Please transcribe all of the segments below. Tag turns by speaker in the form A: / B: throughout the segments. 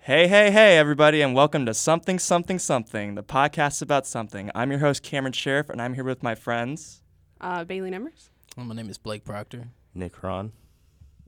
A: Hey, hey, hey, everybody, and welcome to Something, Something, Something, the podcast about something. I'm your host, Cameron Sheriff, and I'm here with my friends.
B: Uh, Bailey Numbers.
C: Well, my name is Blake Proctor.
D: Nick Ron.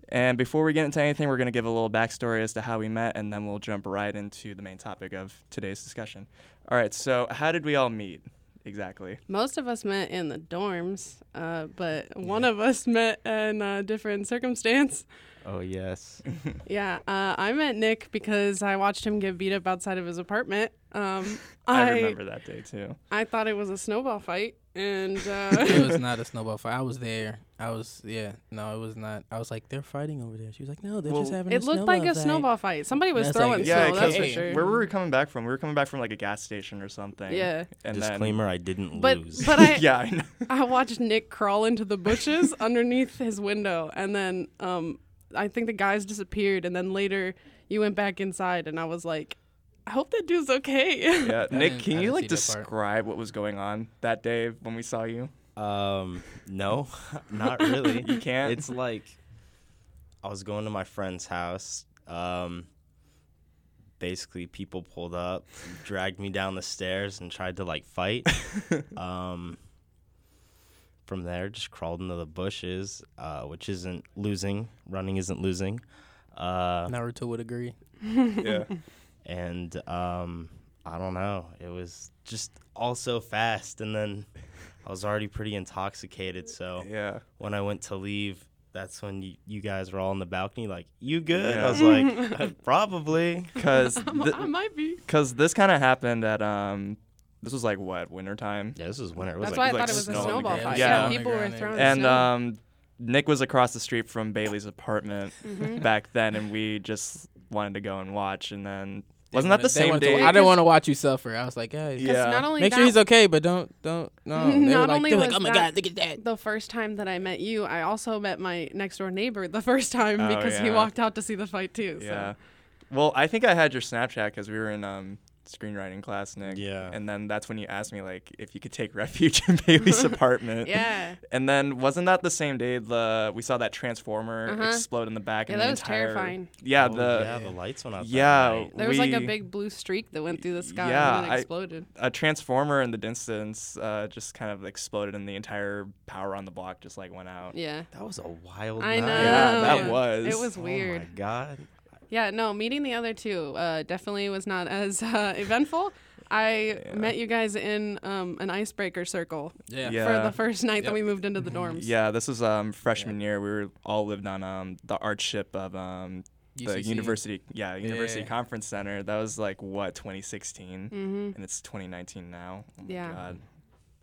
A: And before we get into anything, we're going to give a little backstory as to how we met, and then we'll jump right into the main topic of today's discussion. All right, so how did we all meet exactly?
B: Most of us met in the dorms, uh, but one of us met in a different circumstance.
D: Oh yes.
B: Yeah, uh, I met Nick because I watched him get beat up outside of his apartment. Um,
A: I,
B: I,
A: remember that day too.
B: I thought it was a snowball fight, and
C: it
B: uh,
C: was not a snowball fight. I was there. I was yeah. No, it was not. I was like, they're fighting over there. She was like, no, they're just
A: Well,
C: having.
B: it
C: a
B: looked like a
C: fight."
B: snowball fight. Somebody was
C: That's
B: throwing
C: like-
A: Yeah,
B: snow.
A: 'cause
B: That's for
C: hey,
B: sure.
A: Where were we coming back from? We were coming back from like a gas station or something.
B: Yeah.
A: And
D: Disclaimer: I didn't
B: but
D: lose.
B: but I
A: Then, yeah, I know.
B: I watched Nick crawl into the bushes underneath his window, and then um, I think the guys disappeared, and then later you went back inside, and I was like, I hope that dude's okay.
A: Yeah,
C: didn't-
A: Nick,
C: I
A: can you
C: didn't
A: like
C: see that part.
A: describe what was going on that day when we saw you?
D: um, no, not really.
A: You can't.
D: It's like I was going to my friend's house. Um, basically, people pulled up, dragged me down the stairs, and tried to like fight. um, from there, just crawled into the bushes, uh, which isn't losing. Running isn't losing. Uh,
C: Naruto would agree.
A: yeah.
D: and um, I don't know. It was just all so fast, and then I was already pretty intoxicated. So
A: Yeah.
D: when I went to leave, that's when you, you guys were all on the balcony, like, "You good?"
A: Yeah.
D: I was like, "Uh, "Probably."
A: Cause th-
B: I might be.
A: Cause this kind of happened at um, this was like what wintertime,
D: Yeah, this was winter. It was
B: That's
D: like,
B: why I
A: like
B: thought it was a
A: snow on the
B: snowball
A: ground.
B: fight.
A: Yeah.
B: Yeah, people were
C: Underground
B: throwing
C: area.
A: and
B: snow.
A: um, Nick was across the street from Bailey's apartment
B: Mm-hmm.
A: back then, and we just wanted to go and watch, and then wasn't that
C: They
A: the same
C: wanted to-
A: day?
C: I
B: Because-
C: didn't want to watch you suffer. I was like, guys,
A: Yeah.
B: 'Cause not only
C: make
B: that,
C: sure he's okay, but don't don't no. They were
B: Not
C: like,
B: only
C: they were like,
B: was
C: oh my
B: that-
C: god, look at that.
B: the first time that I met you, I also met my next door neighbor the first time
A: Oh,
B: because he
A: yeah.
B: walked out to see the fight too. So.
A: yeah. Well, I think I had your Snapchat because we were in um screenwriting class, Nick.
D: Yeah.
A: And then that's when you asked me like if you could take refuge in Bailey's apartment.
B: Yeah.
A: And then wasn't that the same day the we saw that transformer
B: Uh-huh.
A: explode in the back?
B: Yeah,
A: and
B: that
A: the
B: was
A: entire,
B: terrifying.
A: Yeah,
D: oh,
A: the
D: yeah, the lights went out. that
A: yeah,
D: night.
B: There was like a
A: we-
B: big blue streak that went through the sky
A: Yeah,
B: and then
A: I-
B: exploded.
A: a transformer in the distance uh, just kind of exploded, and the entire power on the block just like went out.
B: yeah.
D: that was a wild
B: I
D: night.
B: know.
A: Yeah, that
B: Yeah.
A: was.
B: It was
D: Oh
B: weird.
D: my god.
B: Yeah, no, meeting the other two uh, definitely was not as uh, eventful. I met you guys in um, an icebreaker circle
A: Yeah.
B: for the first night that we moved into the dorms.
A: Yeah, this was um, freshman year. We were all lived on um, the artship of um, the
C: UCC.
A: university. Yeah, university
C: Yeah.
A: conference center. That was like what 2016,
C: Mm-hmm.
A: and it's 2019 now. Oh my
B: Yeah.
A: God.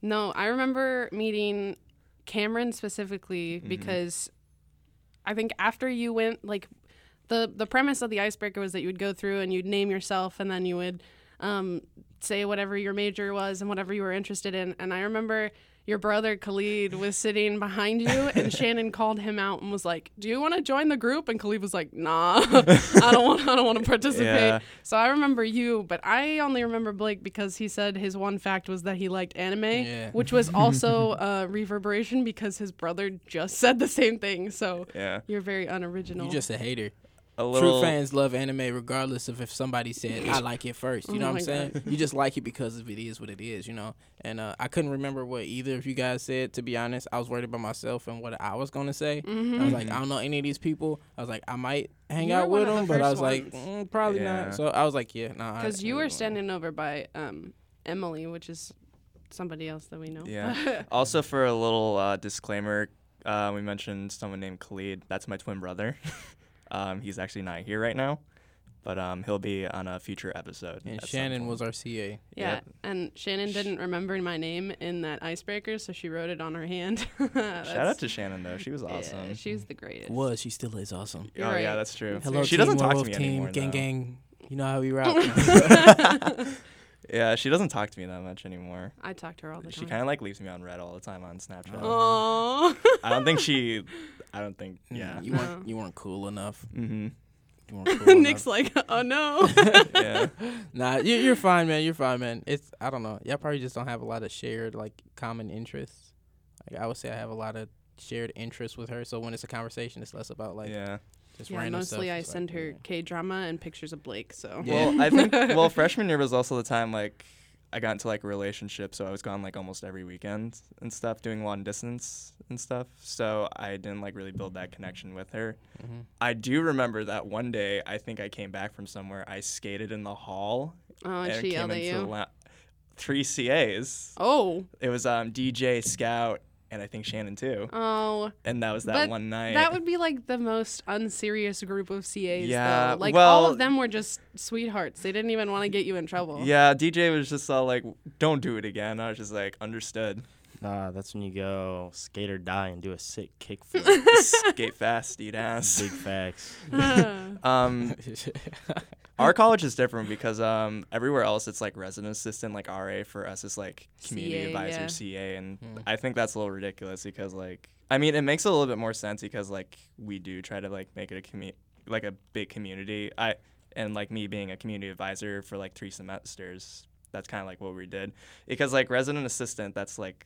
B: No, I remember meeting Cameron specifically because I think after you went like the the premise of the icebreaker was that you would go through and you'd name yourself and then you would um, say whatever your major was and whatever you were interested in. And I remember your brother Khalid was sitting behind you and Shannon called him out and was like, "Do you want to join the group?" And Khalid was like, "Nah. I don't want I don't want to participate."
A: Yeah.
B: So I remember you, but I only remember Blake because he said his one fact was that he liked anime,
C: Yeah.
B: which was also uh, reverberation because his brother just said the same thing. So
A: Yeah,
B: you're very unoriginal.
C: You're just a hater.
A: a little.
C: True fans love anime regardless of if somebody said I like it first. You know
B: Oh
C: what
B: my
C: I'm saying? You just like it because of it is what it is, you know. And uh, I couldn't remember what either of you guys said. To be honest, I was worried about myself and what I was gonna say. I was like, I don't know any of these people. I was like, I might hang
B: You
C: out
B: were
C: with
B: Mm-hmm. one of
C: them,
B: the
C: but I was
B: first
C: like,
B: ones.
C: mm, probably
A: Yeah.
C: not. So I was like, yeah, nah. I-
B: because you
C: I
B: were
C: don't know.
B: standing over by um, Emily, which is somebody else that we know.
A: Yeah. also, for a little uh, disclaimer, uh, we mentioned someone named Khalid. That's my twin brother. um, he's actually not here right now, but um, he'll be on a future episode.
C: And
A: at some
C: Shannon
A: point.
C: was our CA.
B: yeah.
A: Yep.
B: And Shannon didn't remember my name in that icebreaker, so she wrote it on her hand.
A: Shout out to Shannon though. She was awesome.
B: Yeah, she was the greatest.
C: Was she still is awesome?
A: oh
B: You're
A: yeah,
B: right.
A: that's true.
C: Hello,
A: she
C: team
A: doesn't talk to
C: Werewolf
A: me
C: team,
A: anymore.
C: Gang
A: though.
C: gang. You know how we rock.
A: Yeah, she doesn't talk to me that much anymore.
B: I talked to her all the
A: She
B: time.
A: kind of like leaves me on red all the time on Snapchat.
B: Oh.
A: I don't think she. I don't think. Yeah.
C: Mm, You weren't you weren't cool enough.
A: Mm-hmm.
C: You weren't cool enough.
B: Nick's like, oh no.
A: Yeah.
C: Nah, you, you're fine, man. You're fine, man. It's I don't know. Y'all probably just don't have a lot of shared like common interests. Like I would say, I have a lot of shared interests with her. So when it's a conversation, it's less about like
A: Yeah.
C: Just
B: Yeah,
C: random
B: mostly
C: stuff,
B: I
C: just like,
B: send her
C: yeah.
B: K drama and pictures of Blake. So
A: Well, I think well freshman year was also the time like I got into like a relationship, so I was gone like almost every weekend and stuff, doing long distance and stuff. So I didn't like really build that connection with her. I do remember that one day I think I came back from somewhere. I skated in the hall
B: oh, and she yelled at you.
A: the la- three CAs.
B: oh,
A: It was um, DJ Scout and I think Shannon too.
B: oh,
A: And that was that
B: But
A: one night.
B: that would be like the most unserious group of CAs.
A: Yeah,
B: though. like all
A: well-
B: of them were just sweethearts. They didn't even want to get you in trouble.
A: yeah, DJ was just all like, "Don't do it again." I was just like, "Understood."
D: Nah, that's when you go skate or die and do a sick kickflip.
A: skate fast, eat ass.
D: Big facts.
B: Yeah.
A: Um, our college is different because um, everywhere else it's like resident assistant, like RA for us is like community
B: CA,
A: advisor,
B: yeah.
A: CA, and I think that's a little ridiculous because like I mean it makes a little bit more sense because like we do try to like make it a commu- like a big community. I and like me being a community advisor for like three semesters, that's kind of like what we did because like resident assistant, that's like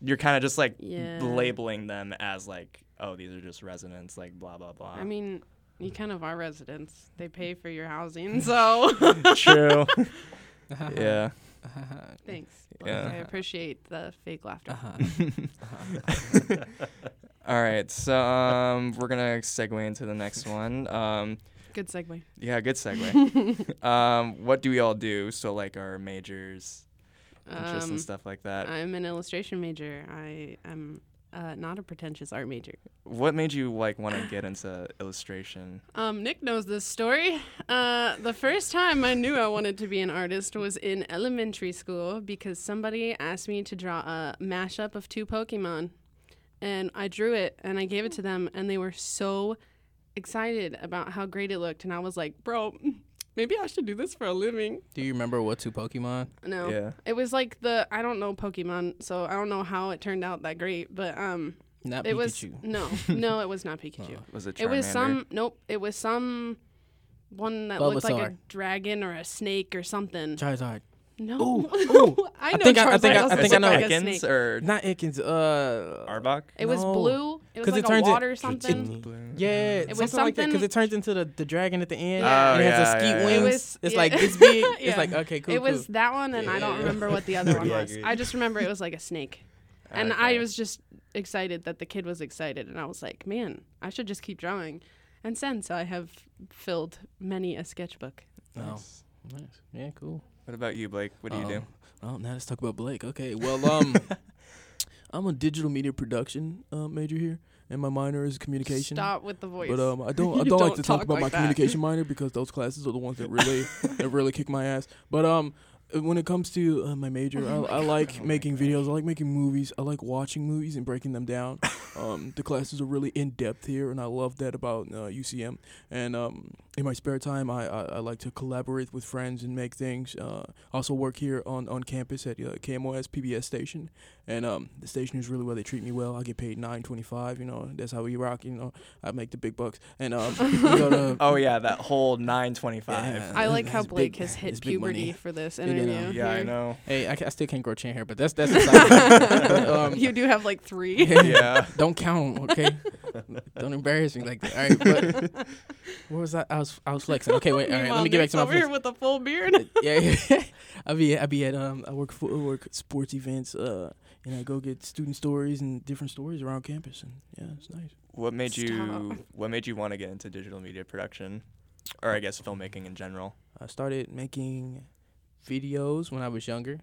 A: you're kind of just like
B: Yeah.
A: labeling them as like oh these are just residents like blah blah blah.
B: I mean, you kind of are residents. They pay for your housing, so
A: True. yeah.
B: thanks.
A: Yeah. Uh-huh.
B: I appreciate the fake laughter.
A: All right. So um, we're gonna segue into the next one. Um,
B: Good segue.
A: yeah, good segue. um, what do we all do? So like our majors, interests,
B: Um,
A: and stuff like that.
B: I'm an illustration major. I am uh, not a pretentious art major.
A: what made you like want to get into illustration?
B: Um, Nick knows this story. Uh, the first time I knew I wanted to be an artist was in elementary school because somebody asked me to draw a mashup of two Pokemon. And I drew it and I gave it to them, and they were so excited about how great it looked. And I was like, bro, maybe I should do this for a living.
C: Do you remember what two Pokemon?
B: No.
A: Yeah.
B: It was like the, I don't know Pokemon, so I don't know how it turned out that great, but um,
C: Not
B: it
C: Pikachu. Oh.
B: was, no, no, it was not Pikachu.
A: Was it? Charmander?
B: It was some nope. It was some one that looked like a
C: Bulbasaur.
B: dragon or a snake or something.
C: Charizard.
B: No,
C: ooh.
B: I
C: I
B: know
C: think I- I
B: Charizard
C: think I- I
B: doesn't
C: think I
B: look
C: know.
B: like a
A: Ekans
B: snake.
A: or
C: Not Ekans. Uh,
A: Arbok?
B: It was
C: No.
B: blue. It was
C: 'Cause
B: like
C: it
B: a
C: turns it-
B: water something.
C: Yeah, it
B: was
C: was something like that because
B: something-
C: it turns into the, the dragon at the end.
A: Yeah.
C: and it has
A: Oh,
C: a
A: yeah,
C: skeet
A: yeah, yeah.
B: It
C: wings.
B: was-
C: it's
B: yeah.
C: like it's big.
B: Yeah.
C: It's like okay, cool.
B: it was
C: cool.
B: that one, and I don't
C: Yeah.
B: remember what the other one
D: Yeah, I
B: was.
D: agree.
B: I just remember it was like a snake, and
A: Okay.
B: I was just excited that the kid was excited, and I was like, man, I should just keep drawing. And since I have filled many a sketchbook.
C: Oh,
A: Nice.
C: nice. Yeah, cool.
A: What about you, Blake? What do you do?
C: Oh, now let's talk about Blake. Okay, well, um, I'm a digital media production uh, major here, and my minor is communication.
B: Stop with the voice.
C: But um, I don't
B: You
C: I don't like
B: don't
C: to talk,
B: talk
C: about
B: like
C: my
B: that.
C: communication minor because those classes are the ones that really that really kick my ass. But um, uh, when it comes to uh, my
B: Oh
C: major, I, I like making videos. I like making movies. I like watching movies and breaking them down. um, the classes are really in depth here, and I love that about uh, UCM. And um, in my spare time, I, I, I like to collaborate with friends and make things. Uh, I also work here on, on campus at uh, KMOS PBS station, and um, the station is really where they treat me well. I get paid nine twenty five. You know, that's how we rock. You know, I make the big bucks. And um, we go to-
A: Oh yeah, that whole 925.
C: Yeah,
B: I like
C: it's
B: how
C: big-
B: Blake has
C: it's
B: hit
C: big money.
B: puberty for this
C: know.
B: interview.
A: Yeah, I
B: You're-
A: know.
C: Hey, I, ca- I still can't grow chin hair, but that's that's. But, um,
B: you do have like three.
A: Yeah.
C: don't count 'em, okay? don't embarrass me like that. All right, but what was I? I was I was flexing. Okay, wait. All right, let me get back to my
B: over
C: flex.
B: here with a full beard.
C: yeah, yeah. I be I be at um I work for I work sports events uh and I go get student stories and different stories around campus and yeah it's nice.
A: What made you
B: Stop.
A: What made you want to get into digital media production, or I guess filmmaking in general?
C: I started making videos when I was younger.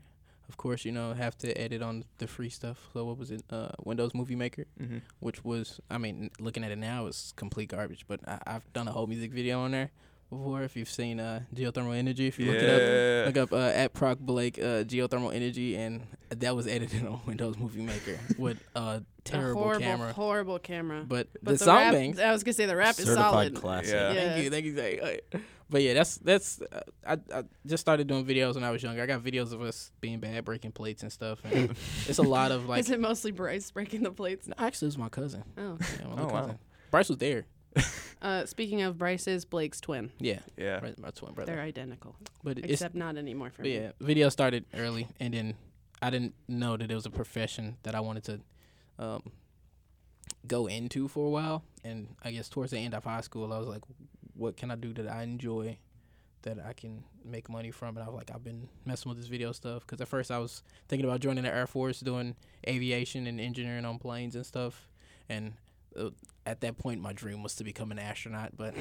C: Of course, you know have to edit on the free stuff. So what was it? Uh, Windows Movie Maker,
A: Mm-hmm.
C: which was I mean looking at it now it's complete garbage. But I, I've done a whole music video on there before. If you've seen uh geothermal energy, if you look it up.
A: Yeah.
C: Look up uh, at Proc Blake uh, geothermal energy, and that was edited on Windows Movie Maker with a terrible
B: a horrible,
C: camera.
B: horrible camera.
C: But,
B: But
C: the, song
B: rap,
C: bang.
B: I was gonna say the rap is solid.
D: classic.
A: Yeah.
B: Yeah.
C: Thank you, thank you, thank you. But yeah, that's that's. Uh, I I just started doing videos when I was younger. I got videos of us being bad, breaking plates and stuff. And it's a lot of like.
B: is it mostly Bryce breaking the plates?
C: No, actually, it was my cousin.
B: Oh.
C: Yeah, my little
A: Oh, wow.
C: cousin. Bryce was there.
B: Uh, speaking of Bryce's, Blake's twin.
C: Yeah,
A: Yeah.
C: Bryce- my twin brother.
B: They're identical,
C: But it's
B: except not anymore for
C: But
B: me.
C: yeah, video started early, and then I didn't know that it was a profession that I wanted to um, go into for a while. And I guess towards the end of high school, I was like, what can I do that I enjoy that I can make money from? And I was like, I've been messing with this video stuff. Because at first, I was thinking about joining the Air Force, doing aviation and engineering on planes and stuff. And uh, at that point, my dream was to become an astronaut. But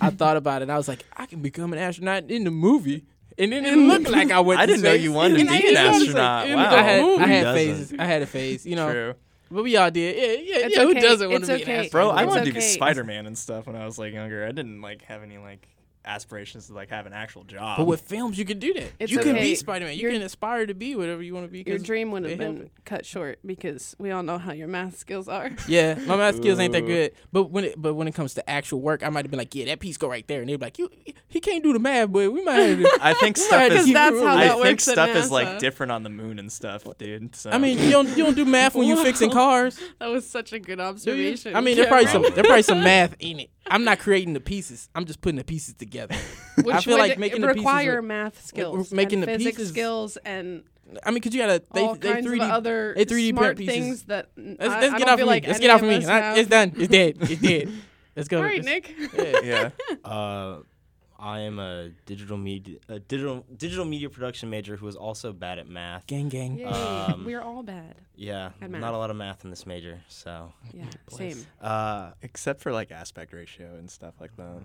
C: I thought about it. And I was like, I can become an astronaut in the movie. And then it looked like I went.
A: I
C: to
A: didn't know
C: space.
A: you wanted to
C: And I
A: be an
C: didn't know, it's like,
A: astronaut.
C: in the-
A: Wow.
C: I had, I
D: Who
C: had
D: doesn't?
C: phases. I had a phase. You know,
A: True.
C: but we all did. Yeah, yeah,
B: It's
C: yeah.
B: okay.
C: Who doesn't want
B: It's
C: to be an
B: okay.
C: astronaut?
A: Bro, I
B: It's
A: wanted to be
B: okay.
A: Spider Man and stuff when I was like younger. I didn't like have any like aspirations to like have an actual job.
C: But with films, you can do that.
B: It's
C: you can
B: okay.
C: be Spider Man. You
B: Your-
C: can aspire to be whatever you want to be.
B: Your
C: 'cause-
B: dream would
C: they
B: have
C: have
B: been cut short because we all know how your math skills are.
C: Yeah, my math skills ain't
B: Uh.
C: that
A: Ooh.
C: good. But when it but when it comes to actual work, I might have been like, yeah, that piece go right there, and they'd be like, you, he can't do the math, but we might. Have to.
A: I think stuff
C: Right,
A: is
C: 'cause
B: that's how
A: I
B: that
A: think
B: works at
A: stuff is
B: NASA.
A: like different on the moon and stuff, dude. So
C: I mean, you don't you don't do math when you fixing cars.
B: That was such a good
C: Do you?
B: observation.
C: I mean, there's probably some
D: Probably.
C: there probably some math in it. I'm not creating the pieces. I'm just putting the pieces together.
B: Which
C: I feel
B: would
C: like making the pieces
B: require
C: with-
B: math skills,
C: making
B: and
C: the
B: physics
C: pieces-
B: skills, and
C: I mean, because you gotta they
B: all
C: they
B: kinds
C: 3D
B: of other
C: they 3D
B: smart
C: pieces.
B: things that n-
C: Let's,
B: I,
C: let's
B: I
C: get
B: don't
C: off
B: feel
C: me.
B: like
C: let's
B: any
C: get off
B: of
C: me.
B: us
C: Not-
B: have.
C: It's done. It's dead. It's dead. Let's go.
B: All right,
C: It's-
B: Nick.
C: yeah.
A: yeah.
D: Uh, I am a digital media a digital digital media production major who is also bad at math.
C: Gang gang.
B: Yay.
D: Um,
B: We're all bad.
D: Yeah,
B: At math.
D: not a lot of math in this major. So,
B: Yeah, same.
D: uh,
A: Except for like aspect ratio and stuff like that.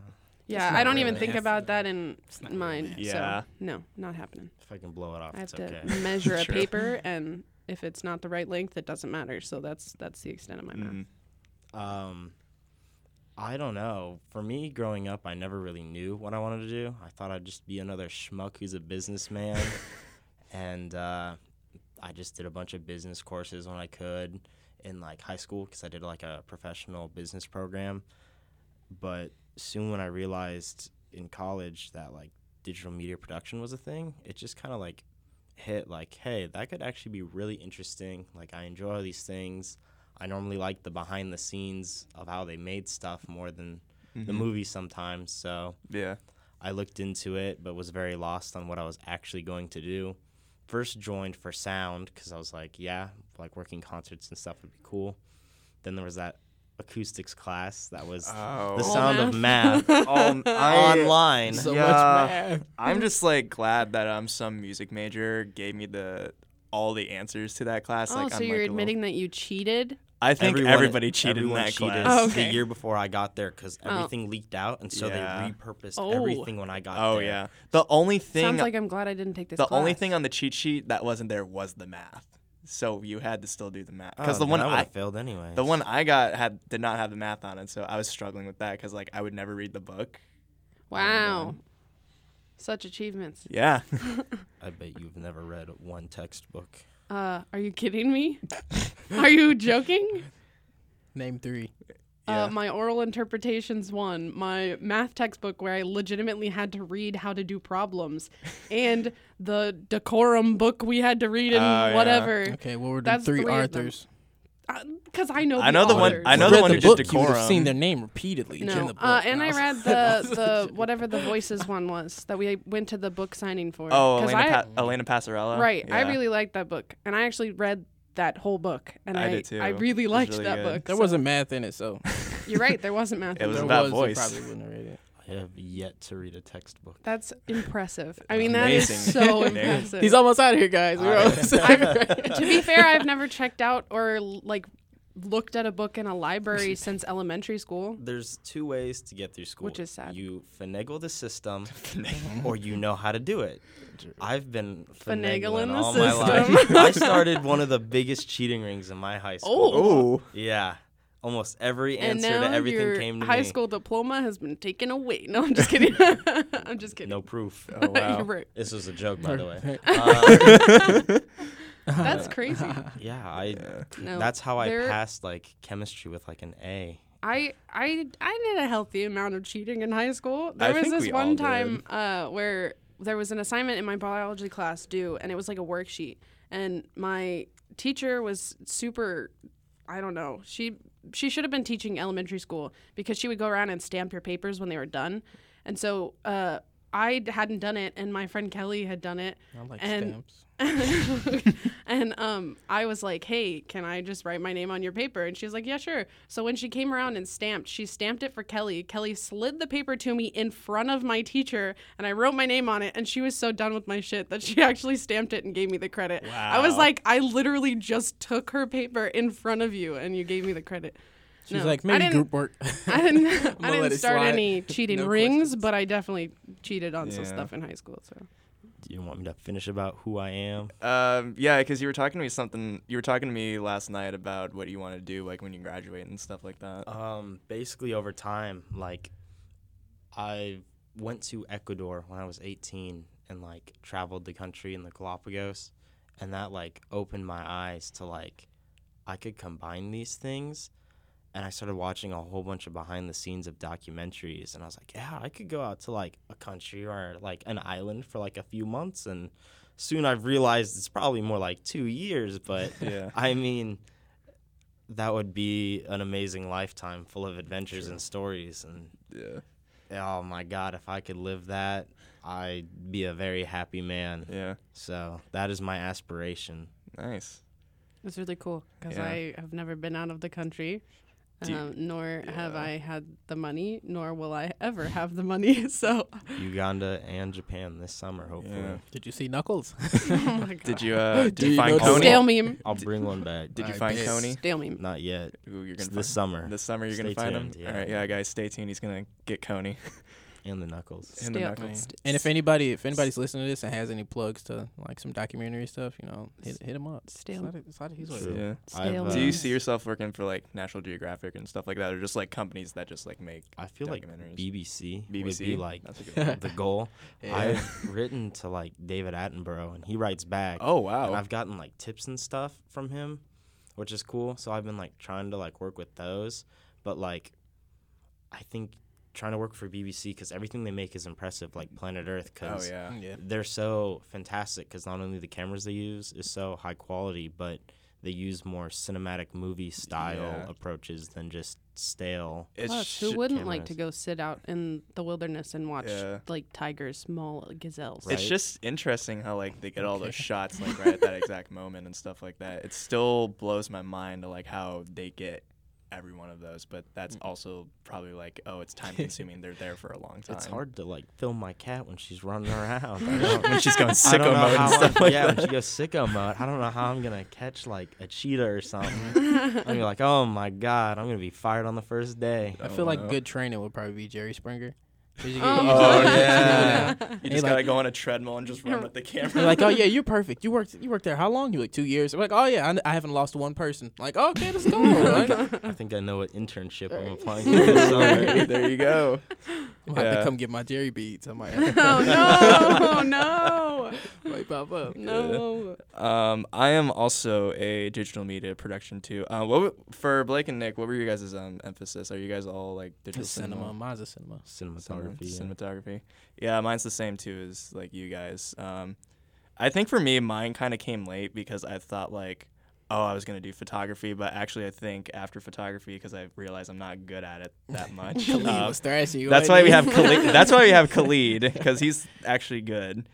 B: Yeah,
D: not
B: I don't
D: really
B: even think
D: math,
B: about that in
C: not really
B: mine.
A: math.
B: So,
A: Yeah.
B: no, not happening.
D: if I can blow it off,
B: I have
D: it's
B: to
D: okay.
B: measure a
A: Sure.
B: paper, and if it's not the right length, it doesn't matter. So that's that's the extent of my math.
A: Mm.
D: Um, I don't know. For me, growing up, I never really knew what I wanted to do. I thought I'd just be another schmuck who's a businessman, and uh, I just did a bunch of business courses when I could in like high school because I did like a professional business program. But soon, when I realized in college that like digital media production was a thing, it just kind of like hit like, hey, that could actually be really interesting. Like, I enjoy all these things. I normally like the behind the scenes of how they made stuff more than the
A: Mhm.
D: movie sometimes. So
A: Yeah.
D: I looked into it, but was very lost on what I was actually going to do. First joined for sound because I was like, yeah, like working concerts and stuff would be cool. Then there was that acoustics class that was
A: Oh.
D: the sound of math
A: Um, I,
D: online.
C: So
A: Yeah.
C: much math.
B: Mm.
A: I'm just like glad that um some music major gave me the all the answers to that class.
B: Oh,
A: like,
B: so
A: I'm,
B: you're
A: like, a little-
B: admitting that you cheated?
A: I think
D: Everyone-
A: everybody cheated
D: everyone
A: in that
D: cheated
A: class.
B: Oh, okay.
D: the year before I got there because
B: Oh.
D: everything leaked out, and so
A: Yeah.
D: they repurposed
B: Oh.
D: everything when I got
A: Oh
D: there.
A: yeah. The only thing
B: Sounds like I'm glad I didn't take this.
A: the only
B: class.
A: thing on the cheat sheet that wasn't there was the math. So you had to still do the math because
D: Oh,
A: the
D: then
A: one
D: I, would've
A: I
D: failed anyway.
A: the one I got had did not have the math on it, so I was struggling with that because like I would never read the book.
B: Wow. Such achievements.
A: Yeah.
D: I bet you've never read one textbook.
B: Uh, are you kidding me? are you joking?
C: Name three.
B: Uh, my oral interpretations one, my math textbook where I legitimately had to read how to do problems, and the decorum book we had to read in
A: Oh, yeah.
B: whatever.
C: Okay, well we're doing
B: That's
C: three,
B: three of them.
C: Arthurs.
B: Because I know.
A: I know the one.
B: authors.
A: I know
C: Read
A: the one who did
C: book, you would've
A: decorum.
C: seen their name repeatedly in
B: No,
C: the book.
B: uh, and I
C: was-
B: read the the whatever the voices one was that we went to the book signing
A: oh,
B: for. 'Cause
A: Elena,
B: I,
A: pa- Elena Passarella.
B: right. I
A: Yeah.
B: really liked that book, and I actually read that whole book, and I
A: I did too.
B: I
A: It
B: really
A: was
B: liked
A: really
B: that
A: good.
B: book.
C: There
B: so-
C: wasn't math in it, so
B: You're right. There wasn't math.
A: It
B: in
A: was
C: there
B: that
A: about
B: book.
C: was, you
A: voice.
C: Probably wouldn't have read it.
D: I have yet to read a textbook.
B: That's impressive. I mean, that is
A: Amazing.
B: so
A: Amazing.
B: impressive.
C: He's almost out of here, guys. We're almost out
B: to be fair, I've never checked out or like looked at a book in a library since elementary school.
D: There's two ways to get through school.
B: Which is sad.
D: You finagle the system, or you know how to do it. I've been
B: Finagling
D: finagling,
B: the
D: all my life. I started one of the biggest cheating rings in my high school.
A: Oh.
D: Yeah, almost every
B: And
D: answer
B: now
D: to everything
B: your
D: came to
B: high
D: me.
B: school diploma has been taken away. No, I'm just kidding. I'm just kidding.
D: No proof.
A: Oh wow.
B: You're right.
D: This was a joke, by the way.
C: Perfect.
D: Uh,
B: That's crazy.
D: yeah, I.
B: No,
D: That's how I
B: there-
D: passed like chemistry with like an A.
B: I I I did a healthy amount of cheating in high school. There
A: I
B: was
A: think
B: this
A: we all
B: one
A: did.
B: time uh, where there was an assignment in my biology class due, and it was like a worksheet, and my teacher was super. I don't know. She she should have been teaching elementary school because she would go around and stamp your papers when they were done, and so. Uh, I d- hadn't done it, and my friend Kelly had done it,
C: I like
B: And-
C: stamps.
B: and um, I was like, "Hey, can I just write my name on your paper?" And she was like, "Yeah, sure." So when she came around and stamped, she stamped it for Kelly. Kelly slid the paper to me in front of my teacher, and I wrote my name on it. And she was so done with my shit that she actually stamped it and gave me the credit. I was
D: Wow.
B: like, "I literally just took her paper in front of you, and you gave me the credit."
C: She's
B: No,
C: like
B: I
C: maybe
B: didn't-
C: group work.
B: I didn't,
C: gonna
B: I
C: let
B: didn't
C: it
B: start
C: slide.
B: any cheating
C: No
B: rings,
C: questions.
B: but I definitely cheated on some
A: Yeah.
B: stuff in high school. So
D: Do you want me to finish about who I am?
A: Um, yeah, because you were talking to me something. You were talking to me last night about what you want to do, like when you graduate and stuff like that.
D: Um, basically over time, like I went to Ecuador when I was 18 and like traveled the country in the Galapagos, and that like opened my eyes to like I could combine these things. And I started watching a whole bunch of behind the scenes of documentaries, and I was like, yeah, I could go out to like a country or like an island for like a few months. And soon I've realized it's probably more like two years, but
A: Yeah.
D: I mean, that would be an amazing lifetime full of adventures and stories. And
A: Yeah.
D: oh my God, if I could live that, I'd be a very happy man.
A: Yeah.
D: So that is my aspiration.
A: Nice.
B: It's really cool because
A: Yeah.
B: I have never been out of the country,
A: Do you-
B: um, nor have
A: Yeah.
B: I had the money, nor will I ever have the money. So, oh
D: Uganda and Japan this summer, hopefully.
A: Yeah.
C: Did you see Knuckles?
B: oh my God.
A: Did you uh? Did
E: Do
A: you
E: you
A: find
E: know the-
A: Coney?
B: Stale meme.
D: I'll bring one back.
A: Did you
C: I
A: find
C: did.
A: Coney?
B: Stale meme.
D: Not yet.
A: Ooh, you're
D: It's
A: gonna
D: this
A: find-
D: summer.
A: This summer you're gonna
D: Stay
A: find
D: tuned,
A: him.
D: yeah.
A: All right, yeah, guys, stay tuned. He's gonna get Coney
D: and the Knuckles.
A: in the
B: Stale.
A: knuckles.
C: and if anybody, if anybody's listening to this and has any plugs to like some documentary stuff, you know, hit hit them up.
B: Stale.
C: It's not, it's not his way.
D: True.
A: Yeah.
B: Stale
D: I've,
A: Do you
D: uh,
A: see yourself working for like National Geographic and stuff like that, or just like companies that just like make
D: I feel like
A: documentaries?
D: BBC, would
A: BBC,
D: be like
A: That's a good one.
D: the goal.
A: Yeah.
D: I've written to like David Attenborough, and he writes back.
A: oh
D: and
A: wow.
D: I've gotten like tips and stuff from him, which is cool. So I've been like trying to like work with those, but like I think trying to work for BBC because everything they make is impressive, like Planet Earth,
A: Oh
D: because
A: yeah.
C: Yeah.
D: they're so fantastic. Because not only the cameras they use is so high quality, but they use more cinematic movie style
A: Yeah.
D: approaches than just stale.
A: It's
B: Plus, who
A: shit-
B: wouldn't like
D: cameras.
B: to go sit out in the wilderness and watch
A: Yeah.
B: like tigers, small gazelles?
D: Right.
A: It's just interesting how like they get all
C: Okay.
A: those shots like right at that exact moment and stuff like that. It still blows my mind to like how they get every one of those, but that's also probably like oh it's time consuming. They're there for a long time.
D: It's hard to like film my cat when she's running around. I don't-
A: when she's going
D: I
A: sicko
D: don't know
A: mode
D: how
A: and stuff
D: I'm-
A: like
D: yeah,
A: that.
D: when she goes sicko mode, I don't know how I'm gonna catch like a cheetah or something. I'm gonna be like, oh my god, I'm gonna be fired on the first day.
C: I
A: Oh,
C: feel like
A: no.
C: good training would probably be Jerry Springer. 'Cause you get-
B: Oh,
C: you
A: Oh
C: just-
A: yeah. You
C: Hey,
A: just
C: like-
A: gotta go on a treadmill and just run with the
C: They're
A: camera.
C: like, oh yeah, you're perfect. You worked, you worked there. How long? You like two years. I'm like, oh yeah, I, kn- I haven't lost one person. Like, okay, let's go. Like, I'm
D: I think I know what internship I'm applying for this summer.
A: Hey, there you go.
C: gonna have
A: Yeah.
C: to come get my Jerry beads. I might,
B: oh no, no,
C: might pop up.
B: no.
A: Um, I am also a digital media production too. Uh, what w- for Blake and Nick? What were your guys' um, emphasis? Are you guys all like digital
C: It's cinema. Mine's a cinema.
A: Cinema-
D: Cinematography. yeah.
A: cinematography. Yeah, mine's the same too as like you guys. Um, I think for me, mine kind of came late because I thought like, oh, I was gonna do photography, but actually, I think after photography because I realized I'm not good at it that much.
C: Khalid
A: Um,
C: was thrashing you.
A: that's why
C: wasn't
A: we
C: he?
A: have Khalid. that's why we have Khalid because he's actually good.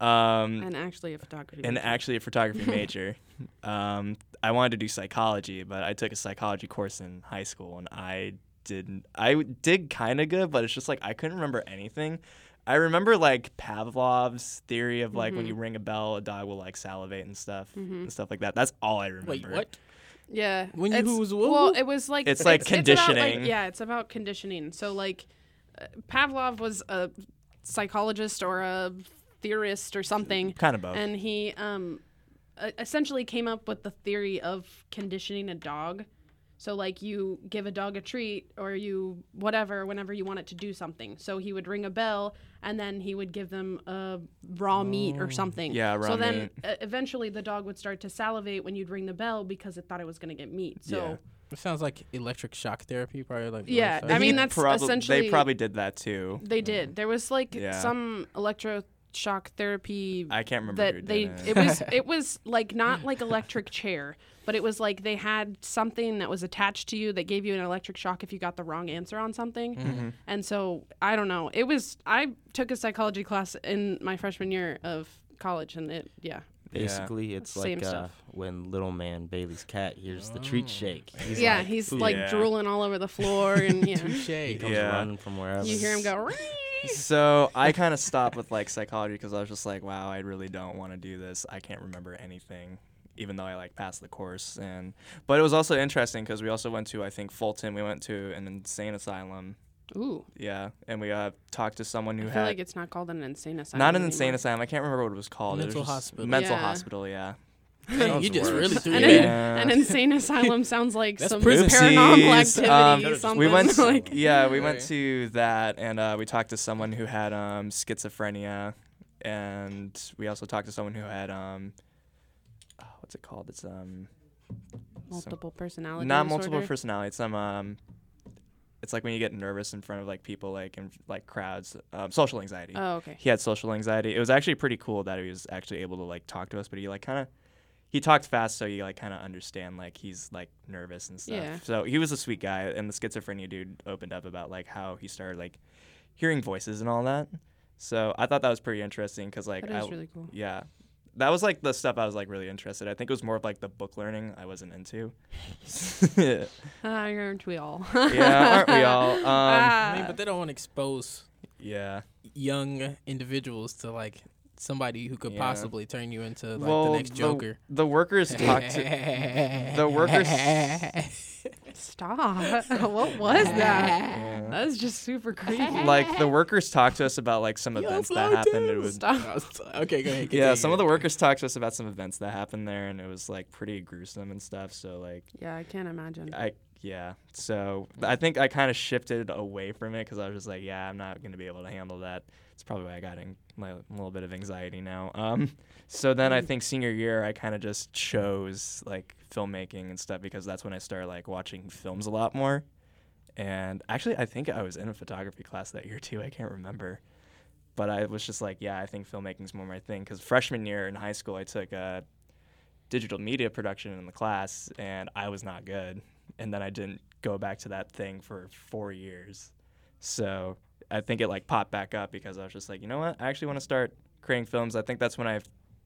A: Um,
B: And actually, a photography.
A: and
B: major.
A: actually a photography major. um, I wanted to do psychology, but I took a psychology course in high school, and I didn't. I w- did kind of good, but it's just like I couldn't remember anything. I remember like Pavlov's theory of like
B: Mm-hmm.
A: when you ring a bell, a dog will like salivate and stuff and stuff like that. That's all I remember.
C: Wait, what?
B: Yeah.
C: When you
B: it's-
C: who's woo?
B: well, it was like
A: It's like
B: about, like-
A: conditioning.
B: yeah, it's about conditioning. So like, uh, Pavlov was a psychologist or a theorist or something,
A: Kind of both.
B: and he um, e- essentially came up with the theory of conditioning a dog. So like you give a dog a treat or you whatever whenever you want it to do something. So he would ring a bell and then he would give them a raw meat or something.
A: Oh. Yeah, raw
B: So then
A: meat.
B: uh, eventually the dog would start to salivate when you'd ring the bell because it thought it was going to get meat. So
C: It sounds like electric shock therapy, probably. Like
B: Yeah,
C: electric-
B: I mean,
A: He
B: that's
A: probab-
B: essentially-
A: they probably did that too.
B: they did. There was like
A: Mm. Yeah.
B: some electro shock therapy
A: I can't remember who
B: that
A: did
B: they
A: it.
B: it was it was like not like electric chair but it was like they had something that was attached to you that gave you an electric shock if you got the wrong answer on something
A: Mm-hmm.
B: and so i don't know it was i took a psychology class in my freshman year of college and it yeah
D: Basically, it's
B: Same
D: like uh,
B: stuff.
D: when little man Bailey's cat hears the
A: Oh.
D: treat shake. He's
B: yeah
D: like,
B: he's
D: "Ooh."
B: like
A: Yeah.
B: drooling all over the floor and yeah
D: He
C: Touche.
D: comes
A: Yeah.
D: running from wherever.
B: you hear him go
A: so I kind of stopped with like psychology because I was just like, wow, I really don't want to do this. I can't remember anything, even though I like passed the course. And but it was also interesting because we also went to I think Fulton. We went to an insane asylum.
B: ooh
A: Yeah, and we uh, talked to someone who
B: i feel
A: had
B: like it's not called an insane asylum
A: not an insane
B: anymore.
A: asylum. I can't remember what it was called. It was
C: Mental
A: just
C: hospital.
A: Mental
B: Yeah.
A: hospital. Yeah.
C: Hey, you
D: Sounds
C: just
D: worse.
C: really threw
B: I
C: me.
B: know.
C: off.
A: Yeah.
B: an insane asylum sounds like
C: That's
B: some
C: prison.
B: paranormal
A: Oopsies.
B: activity
A: Um,
D: Could've just-
B: something
A: we went to,
B: like
A: yeah we went
C: Right.
A: to that and uh, we talked to someone who had um, schizophrenia and we also talked to someone who had um, oh, what's it called it's um
B: multiple
A: not
B: personality
A: multiple
B: disorder.
A: personality it's some um it's like when you get nervous in front of like people like in like crowds um, social anxiety
B: oh okay
A: he had social anxiety it was actually pretty cool that he was actually able to like talk to us but he like kind of he talked fast so you like kind of understand like he's like nervous and stuff
B: Yeah.
A: so he was a sweet guy and the schizophrenia dude opened up about like how he started like hearing voices and all that so i thought that was pretty interesting because like
B: that
A: I,
B: is really cool
A: yeah that was like the stuff i was like really interested i think it was more of like the book learning i wasn't into yeah
B: aren't we all
A: aren't we all um,
C: I mean,
B: Ah.
C: but they don't want to expose
A: yeah
C: young individuals to like somebody who could
A: Yeah.
C: possibly turn you into like
A: well
C: the next Joker.
A: the, the workers talked to the workers-
B: Stop. what was that?
A: Yeah.
B: That was just super creepy.
A: like the workers talked to us about like some
C: Yo,
A: events that
C: Flow
A: happened. It
C: Tunes.
A: was
B: Stop.
C: okay, go ahead.
A: yeah, some of the workers talked to us about some events that happened there, and it was like pretty gruesome and stuff. So like
B: Yeah, I can't imagine.
A: I yeah, so th- I think I kind of shifted away from it because I was just like, yeah, I'm not gonna be able to handle that. It's probably why I got in my a little bit of anxiety now. Um, so then I think senior year I kind of just chose like filmmaking and stuff because that's when I started like watching films a lot more. And actually, I think I was in a photography class that year too. I can't remember. But I was just like, yeah, I think filmmaking's more my thing. Because freshman year in high school, I took uh, digital media production in the class, and I was not good. And then I didn't go back to that thing for four years. So I think it like popped back up because I was just like, you know what? I actually want to start creating films. I think that's when I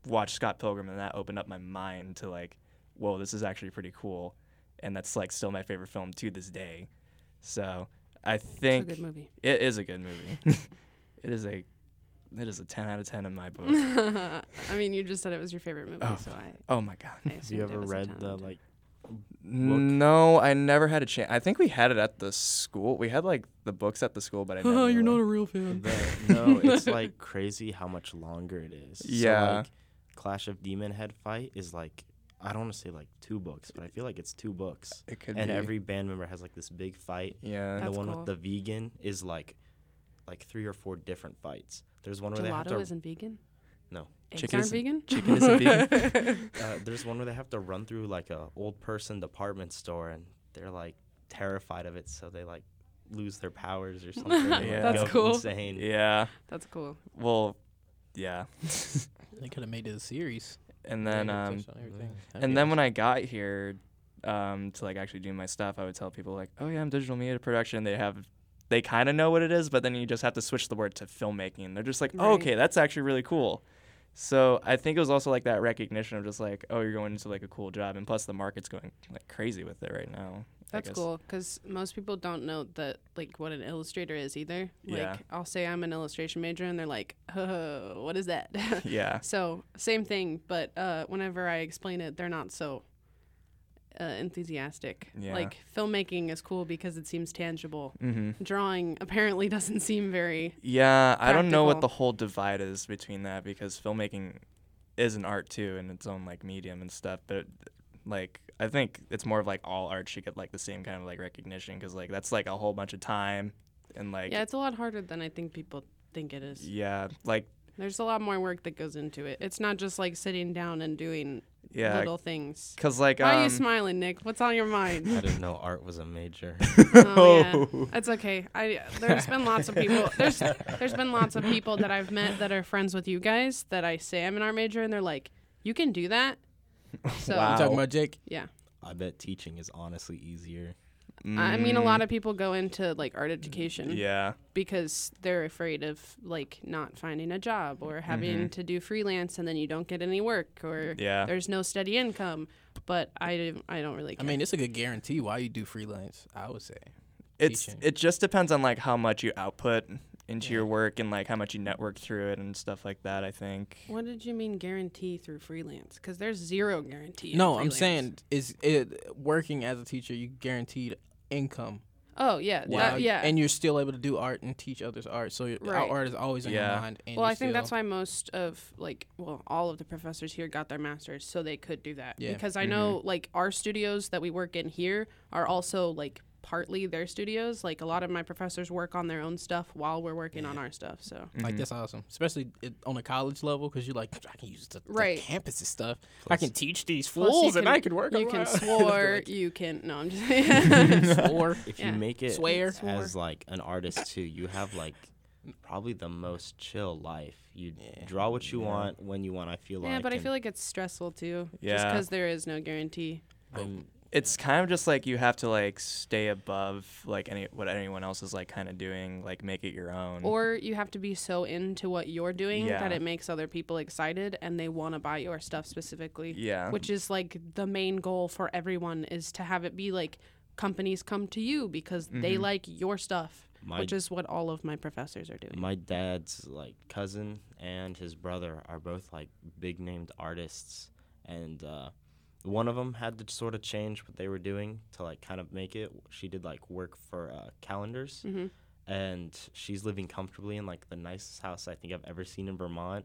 A: watched Scott Pilgrim, and that opened up my mind to like, whoa, this is actually pretty cool. And that's like still my favorite film to this day. So I
B: it's a
A: think
B: good movie.
A: it is a good movie. it is a it is a ten out of ten in my book.
B: I mean, you just said it was your favorite movie,
A: Oh.
B: so I.
A: oh my god.
B: I
D: Have you ever read the like?
A: No, I never had a chance. I think we had it at the school. We had like the books at the school, but I never.
E: You're not
A: really-
E: a real fan.
D: The, no, it's like crazy how much longer it is. So,
A: Yeah.
D: like, Clash of Demon Head fight is like I don't want to say like two books, but I feel like it's two books.
A: It could
D: And
A: be.
D: every band member has like this big fight,
A: yeah.
D: and
B: That's
D: the one
B: cool.
D: with the vegan is like, like three or four different fights. There's one where they
B: Gelato
D: have to.
B: isn't vegan.
D: No.
B: Eggs
A: Chicken
B: aren't
A: isn't-
B: vegan.
A: Chicken is a vegan.
D: uh, there's one where they have to run through like a old person department store and they're like terrified of it so they like lose their powers or something They,
A: Yeah.
D: like,
A: That's
D: go
B: cool.
D: insane
A: yeah.
B: That's cool.
A: Well, yeah.
C: They could have made it a series.
A: And
C: They
A: then
C: could've
A: um,
C: touched on everything. That'd
A: and
C: be
A: then when I got here, um, to like actually do my stuff, I would tell people like, oh yeah, I'm digital media production. They have. They kind of know what it is, but then you just have to switch the word to filmmaking. And they're just like, oh,
B: Right.
A: okay, that's actually really cool. So I think it was also like that recognition of just like, oh, you're going into like a cool job, and plus the market's going like crazy with it right now. I
B: That's
A: guess.
B: cool because most people don't know that like what an illustrator is either. Like
A: Yeah.
B: I'll say I'm an illustration major, and they're like, "Oh, what is that?"
A: Yeah.
B: So same thing, but uh, whenever I explain it, they're not so uh, enthusiastic.
A: Yeah.
B: Like filmmaking is cool because it seems tangible.
A: Mm-hmm.
B: Drawing apparently doesn't seem very.
A: Yeah, I don't know what
B: Practical.
A: the whole divide is between that because filmmaking is an art too in its own like medium and stuff. But like, I think it's more of like all art should get like the same kind of like recognition because like that's like a whole bunch of time and like
B: Yeah, it's a lot harder than I think people think it is.
A: yeah, like
B: There's a lot more work that goes into it. It's not just like sitting down and doing
A: Yeah.
B: little things.
A: Cause like
B: Why are you
A: um,
B: smiling, Nick? What's on your mind?
D: I didn't know art was a major.
B: Oh, yeah. That's okay. I there's been lots of people. There's there's been lots of people that I've met that are friends with you guys that I say I'm an art major and they're like, "You can do that." So
A: Wow.
C: talking about Jake.
B: yeah.
D: I bet teaching is honestly easier.
B: I mean a lot of people go into like art education
A: mm, yeah.
B: because they're afraid of like not finding a job or having
C: Mm-hmm.
B: to do freelance and then you don't get any work or
A: Yeah.
B: there's no steady income. But I don't- I don't really
C: I
B: care.
C: mean, it's a good guarantee why you do freelance. I would say.
A: It's
C: teaching.
A: it just depends on like how much you output into your work and like how much you network through it and stuff like that. I think.
B: what did you mean guarantee through freelance? Because there's zero guarantee. in
C: no, I'm
B: freelance.
C: saying is it working as a teacher, you guaranteed income.
B: Oh yeah,
C: Wow.
B: that- yeah.
C: And you're still able to do art and teach others art. So your
B: Right.
C: art is always in your
A: Yeah.
C: mind. And
B: well,
C: you're
B: I think that's
C: still-
B: why most of like well, all of the professors here got their masters so they could do that.
C: Yeah.
B: Because I know like our studios that we work in here are also like partly their studios. Like a lot of my professors work on their own stuff while we're working on our stuff. So
C: Like
A: Mm-hmm.
C: that's awesome, especially it, on a college level, because you're like, I can use the,
B: Right.
C: the campus and stuff. I can teach these
B: Plus,
C: fools,
B: you
C: and I can work.
B: You
C: on
B: can
C: my-
B: swore. you can no. I'm just
C: or
D: If
B: Yeah.
D: you make it
C: Swear.
D: as like an artist too, you have like probably the most chill life. You draw what you want when you want. I feel like.
B: yeah, but I
D: and
B: feel like it's stressful too. Just
A: Yeah.
B: because there is no guarantee.
D: I'm-
A: It's kind of just like you have to like stay above like any what anyone else is like kind of doing. Like make it your own.
B: Or you have to be so into what you're doing that
A: Mm. Yeah.
B: it makes other people excited and they want to buy your stuff specifically.
A: Yeah.
B: Which is like the main goal for everyone is to have it be like companies come to you because they like your stuff,
D: My-
B: which is what all of my professors are doing.
D: my dad's like cousin and his brother are both like big named artists and uh, one of them had to sort of change what they were doing to like kind of make it she did like work for uh, calendars
B: Mm-hmm.
D: and she's living comfortably in like the nicest house i think i've ever seen in vermont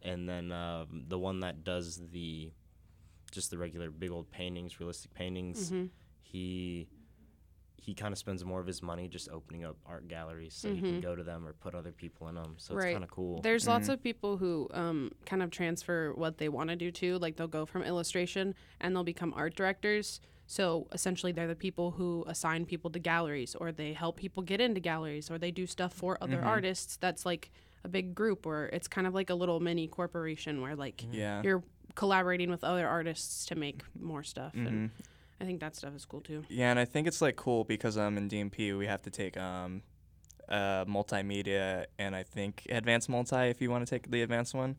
D: and then um, the one that does the just the regular big old paintings realistic paintings
B: Mm-hmm.
D: he he kind of spends more of his money just opening up art galleries so he can go to them or put other people in them. So
B: Mm-hmm. Right.
D: it's kind of cool.
B: There's lots of people who um, kind of transfer what they want to do to. Like they'll go from illustration and they'll become art directors. So essentially, they're the people who assign people to galleries or they help people get into galleries or they do stuff for other artists. That's like a big group or it's kind of like a little mini corporation where like
A: yeah.
B: you're collaborating with other artists to make more stuff. And I think that stuff is cool too.
A: Mm-hmm. Yeah, and I think it's like cool because um in DMP we have to take um uh multimedia and I think advanced multi if you want to take the advanced one.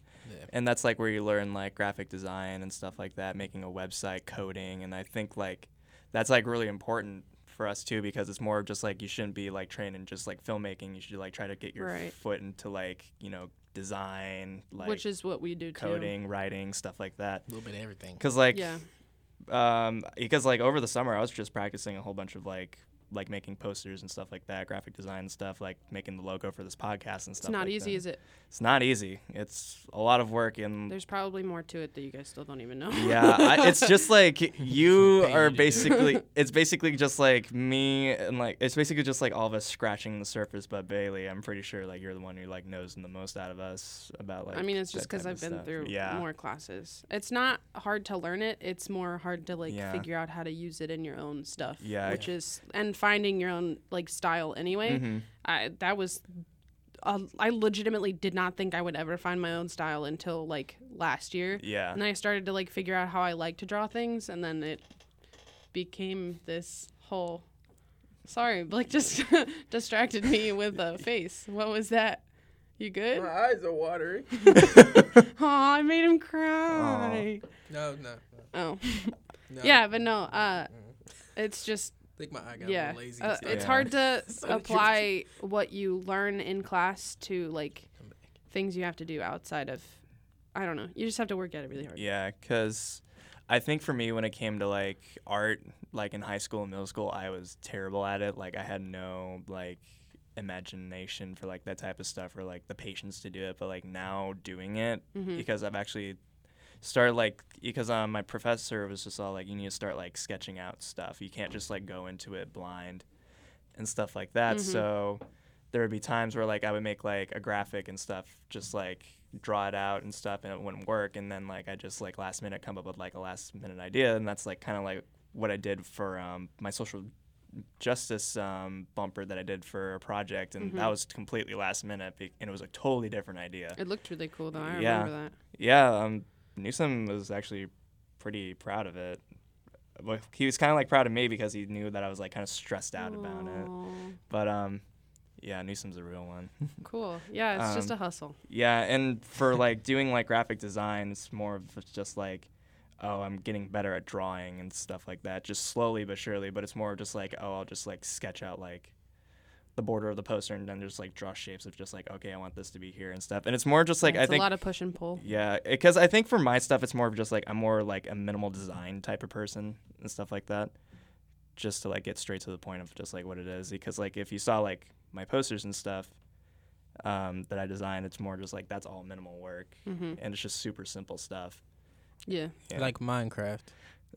A: And that's like where you learn like graphic design and stuff like that, making a website, coding, and I think like that's like really important for us too because it's more of just like you shouldn't be like trained in just like filmmaking. You should like try to get your
B: Right.
A: foot into like, you know, design, like
B: Which is what we do too.
A: coding, writing, stuff like that.
C: a little bit of everything.
A: Cuz like
B: Yeah.
A: um because like over the summer i was just practicing a whole bunch of like like making posters and stuff like that graphic design and stuff like making the logo for this podcast and stuff
B: It's not
A: like
B: easy,
A: that.
B: is it?
A: it's not easy it's a lot of work and
B: There's probably more to it that you guys still don't even know.
A: yeah I, it's just like you are basically it's basically just like me and like it's basically just like all of us scratching the surface but bailey i'm pretty sure like you're the one who like knows the most out of us about like
B: I mean, it's
A: that
B: just because
A: type
B: I've
A: of
B: been
A: stuff.
B: through
A: yeah
B: more classes. It's not hard to learn it. It's more hard to like
A: Yeah.
B: figure out how to use it in your own stuff.
A: Yeah. Mm-hmm.
B: which is and finding your own like style anyway. I that was. Uh, I legitimately did not think I would ever find my own style until like last year.
A: Yeah.
B: And then I started to like figure out how I like to draw things, and then it became this whole. Sorry, Blake just distracted me with a face. What was that? You good?
C: eyes are watery.
B: Oh, I made him cry.
C: No, no,
B: Oh,
C: no.
B: yeah, but no. Uh,
A: Mm-hmm.
B: it's just
C: I think my eye got
B: yeah. Uh, it's
A: Yeah.
B: hard to
C: you're
B: apply what you learn in class to like things you have to do outside of. I don't know. You just have to work at it really hard.
A: Yeah, because I think for me, when it came to like art, like in high school and middle school, I was terrible at it. Like I had no like imagination for like that type of stuff or like the patience to do it. But like now doing it because I've actually started like because um, my professor was just all like, you need to start like sketching out stuff. You can't just like go into it blind and stuff like that. So there would be times where like I would make like a graphic and stuff, just like draw it out and stuff, and it wouldn't work. And then like I just like last minute come up with like a last minute idea, and that's like kind of like what I did for um, my social justice um, bumper that I did for a project, and that was completely last minute, be- and it was a totally different idea.
B: It looked really cool though. I
A: Yeah.
B: remember that.
A: Yeah, um, Newsom was actually pretty proud of it. Well, he was kind of like proud of me because he knew that I was like kind of stressed out about it.
B: Aw,
A: But um, yeah, Newsom's a real one.
B: Cool. Yeah, it's just a
A: Um,
B: hustle.
A: yeah, and for like doing like graphic design, it's more of it's just like, oh, I'm getting better at drawing and stuff like that, just slowly but surely. But it's more of just like, oh, I'll just like sketch out like the border of the poster and then just like draw shapes of just like, okay, I want this to be here and stuff. And it's more just like
B: it's
A: I think
B: a lot of push and pull.
A: yeah, because I think for my stuff, it's more of just like I'm more like a minimal design type of person and stuff like that, just to like get straight to the point of just like what it is. Because like if you saw like my posters and stuff um, that I designed, it's more just like that's all minimal work, and it's just super simple stuff.
B: Mm-hmm. Yeah,
A: Yeah.
C: Like Minecraft.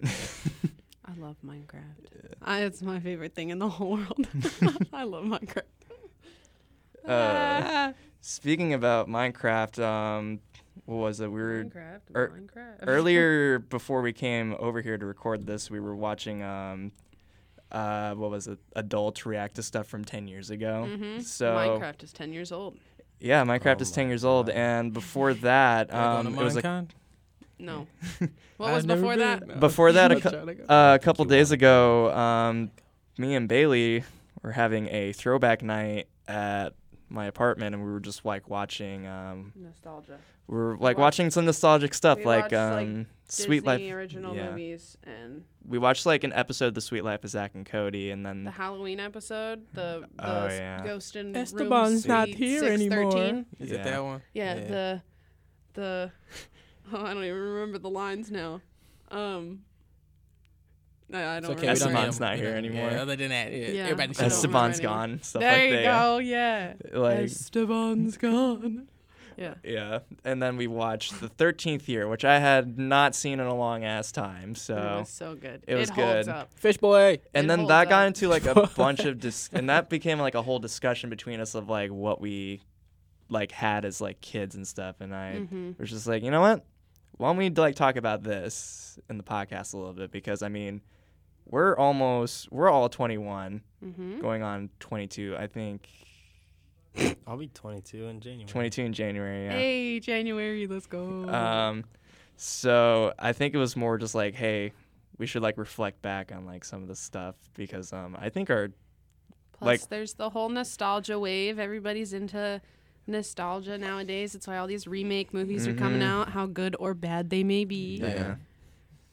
B: I love Minecraft. I, it's my favorite thing in the whole world. I love Minecraft. Ah.
A: Uh, Speaking about Minecraft, um, what was it? We were
B: Minecraft.
A: er-
B: Minecraft.
A: earlier before we came over here to record this, we were watching um, uh, what was it? Adults react to stuff from ten years ago.
B: Mm-hmm.
A: So
B: Minecraft is ten years old.
A: yeah, Minecraft
D: Oh
A: is
D: my
A: ten years old, and before that,
C: Um,
A: um, it was like,
B: No. What was before that?
A: before that a,
C: I'm
A: cou-
C: trying to go.
A: uh, a couple days ago, um, me and Bailey were having a throwback night at my apartment, and we were just like watching. Um,
B: Nostalgia.
A: we were like
B: Watch-
A: watching some nostalgic stuff,
B: we
A: like
B: watched, like,
A: um, Sweet Life
B: original
A: yeah.
B: movies and
A: we watched like an episode of The Sweet Life of Zach and Cody, and then
B: the Halloween episode, the, the
A: Mm. Oh,
B: s-
A: yeah.
B: ghost in
C: Esteban's
B: room
C: not
B: suite
C: here
B: 613.
C: anymore. Is
A: Yeah.
C: it that one?
B: Yeah, the the oh, I don't even remember the lines now. Um, I, I
C: It's
B: don't remember.
C: okay, we don't need
A: Esteban's
C: them.
A: not
C: You
A: here
C: know,
A: anymore.
C: Yeah, other than that, yeah,
B: Yeah.
C: everybody
B: I don't
C: shut up.
B: remember
A: Esteban's
B: anymore.
A: gone. Stuff
B: there
A: like
B: you
A: that.
B: go. Yeah.
A: yeah. Like
B: Esteban's gone. Yeah.
A: yeah, and then we watched The Thirteenth Year, which I had not seen in a long ass time.
B: It
A: So
B: was so good.
A: it was
B: holds
A: good.
B: up.
C: Fish boy.
A: and
B: It
A: then
B: holds
A: that got
B: up.
A: into like a bunch of dis- and that became like a whole discussion between us of like what we like had as like kids and stuff and i
B: Mm-hmm.
A: was just like you know what why don't we like talk about this in the podcast a little bit because i mean we're almost we're all 21
B: Mm-hmm.
A: going on 22 i think
D: I'll be 22 in January.
A: 22 in january yeah.
B: Hey, January, let's go.
A: Um, so I think it was more just like, hey, we should like reflect back on like some of the stuff because um, I think our
B: Plus,
A: like-
B: there's the whole nostalgia wave. Everybody's into nostalgia nowadays. It's why all these remake movies are coming out, how good or bad they may be.
A: Mm-hmm. yeah,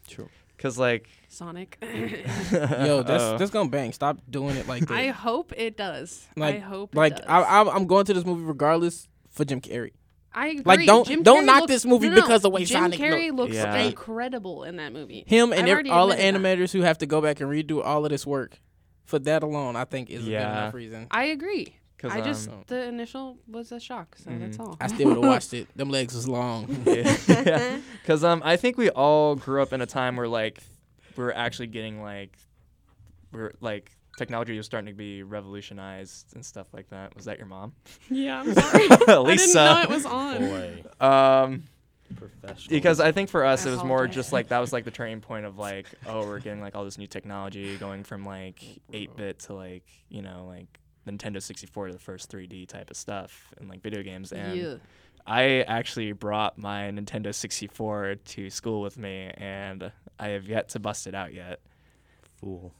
C: True.
A: because like
B: Sonic.
C: Yo, that's
A: Oh.
C: that's gonna bang. Stop doing it like that.
B: I hope it does.
C: like,
B: I hope.
C: like
B: it does.
C: I, I'm I'm going to this movie regardless for Jim Carrey.
B: I agree.
C: Like, don't-
B: Jim
C: don't
B: Carrey
C: knock
B: looks-
C: this movie
B: no, no, no.
C: because the way
B: Jim
C: Sonic
B: Carrey looks
A: Yeah.
B: incredible in that movie.
C: Him and
B: I've
C: ev-
B: already
C: all the
B: admitted that.
C: animators who have to go back and redo all of this work for that alone, I think is a good
A: Yeah.
C: enough reason.
B: I agree.
A: 'Cause,
B: I just
C: um,
B: the initial was a shock, so that's all.
C: Mm-hmm. I still would have watched it. Them legs was long.
A: because um, I think we all grew up in a time where like we were actually getting like we're like technology was starting to be revolutionized and stuff like that. Was that your mom?
B: yeah, I'm sorry. I didn't
A: Lisa.
B: know it was on.
D: Boy,
A: Um.
D: professional.
A: because I think for us it was more
B: apologize.
A: just like that was like the turning point of like oh we're getting like all this new technology going from like 8-bit to like you know like Nintendo 64 to the first 3D type of stuff and like video games and
B: Yeah.
A: I actually brought my Nintendo 64 to school with me and I have yet to bust it out yet.
D: fool.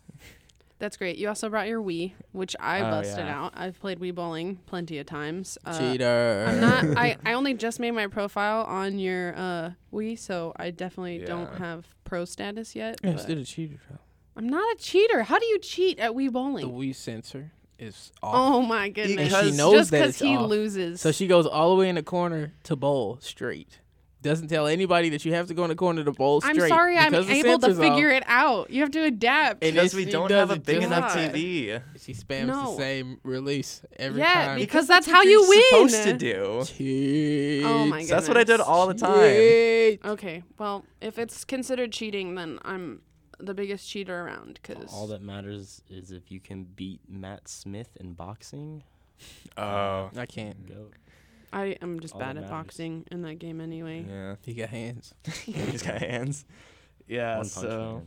B: That's great. You also brought your Wii, which I
A: Oh,
B: busted
A: yeah.
B: out. I've played Wii bowling plenty of times. Uh,
C: Cheater.
B: I'm not. I, I only just made my profile on your uh, Wii, so I definitely don't
A: Yeah.
B: have pro status yet.
C: Yeah,
B: but-
C: still a cheater. bro.
B: I'm not a cheater. How do you cheat at Wii bowling?
C: The Wii sensor is off.
B: Oh my goodness!
A: Because-
C: knows
B: just
C: that
B: because
C: it's
B: he
C: off.
B: loses.
C: So she goes all the way in the corner to bowl straight. Doesn't tell anybody that you have to go in the corner to bowl
B: I'm
C: straight.
B: sorry, I'm
C: because the
B: able to
C: sensor's off.
B: figure it out. You have to adapt.
C: And
A: Because
C: it's-
A: we
C: she
A: don't
C: does
A: have a
C: it
A: big
C: just
A: enough
B: like-
A: TV.
C: She spams
B: No.
C: the same release every
B: yeah,
C: time.
B: because that's how you win.
A: supposed to do.
C: Cheat.
B: Oh my
A: So that's what I did
B: goodness.
A: all the time.
C: Cheat.
B: Okay, well, if it's considered cheating, then I'm the biggest cheater around. Cause
D: All that matters is if you can beat Matt Smith in boxing.
A: Oh.
C: I can't.
B: I am just
D: All that
B: bad at
D: matters.
B: boxing in that game anyway.
A: Yeah.
C: He got hands.
A: He's got hands. Yeah.
D: One punch
A: so.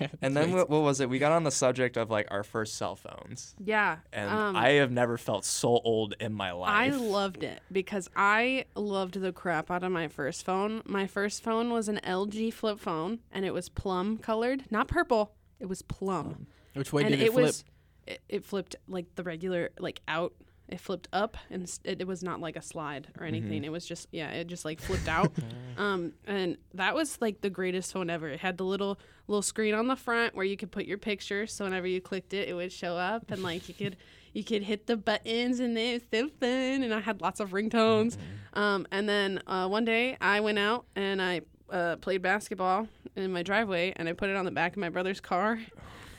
D: man.
A: And then what, what was it? We got on the subject of like our first cell phones,
B: Yeah.
A: and
B: um,
A: I have never felt so old in my
B: I
A: life.
B: loved it because I loved the crap out of my first phone. My first phone was an LG flip phone and it was plum colored, not purple. It was plum.
C: Which way
B: and
C: did it, flip?
B: was it, it flipped like the regular like out. It flipped up and s- it, it was not like a slide or
C: Mm-hmm.
B: anything. It was just yeah, it just like flipped out. um and that was like the greatest phone ever. It had the little little screen on the front where you could put your picture so whenever you clicked it it would show up and like you could you could hit the buttons and it was so fun and i had lots of ringtones
C: Mm-hmm.
B: um, and then uh, one day i went out and i uh, played basketball in my driveway and i put it on the back of my brother's car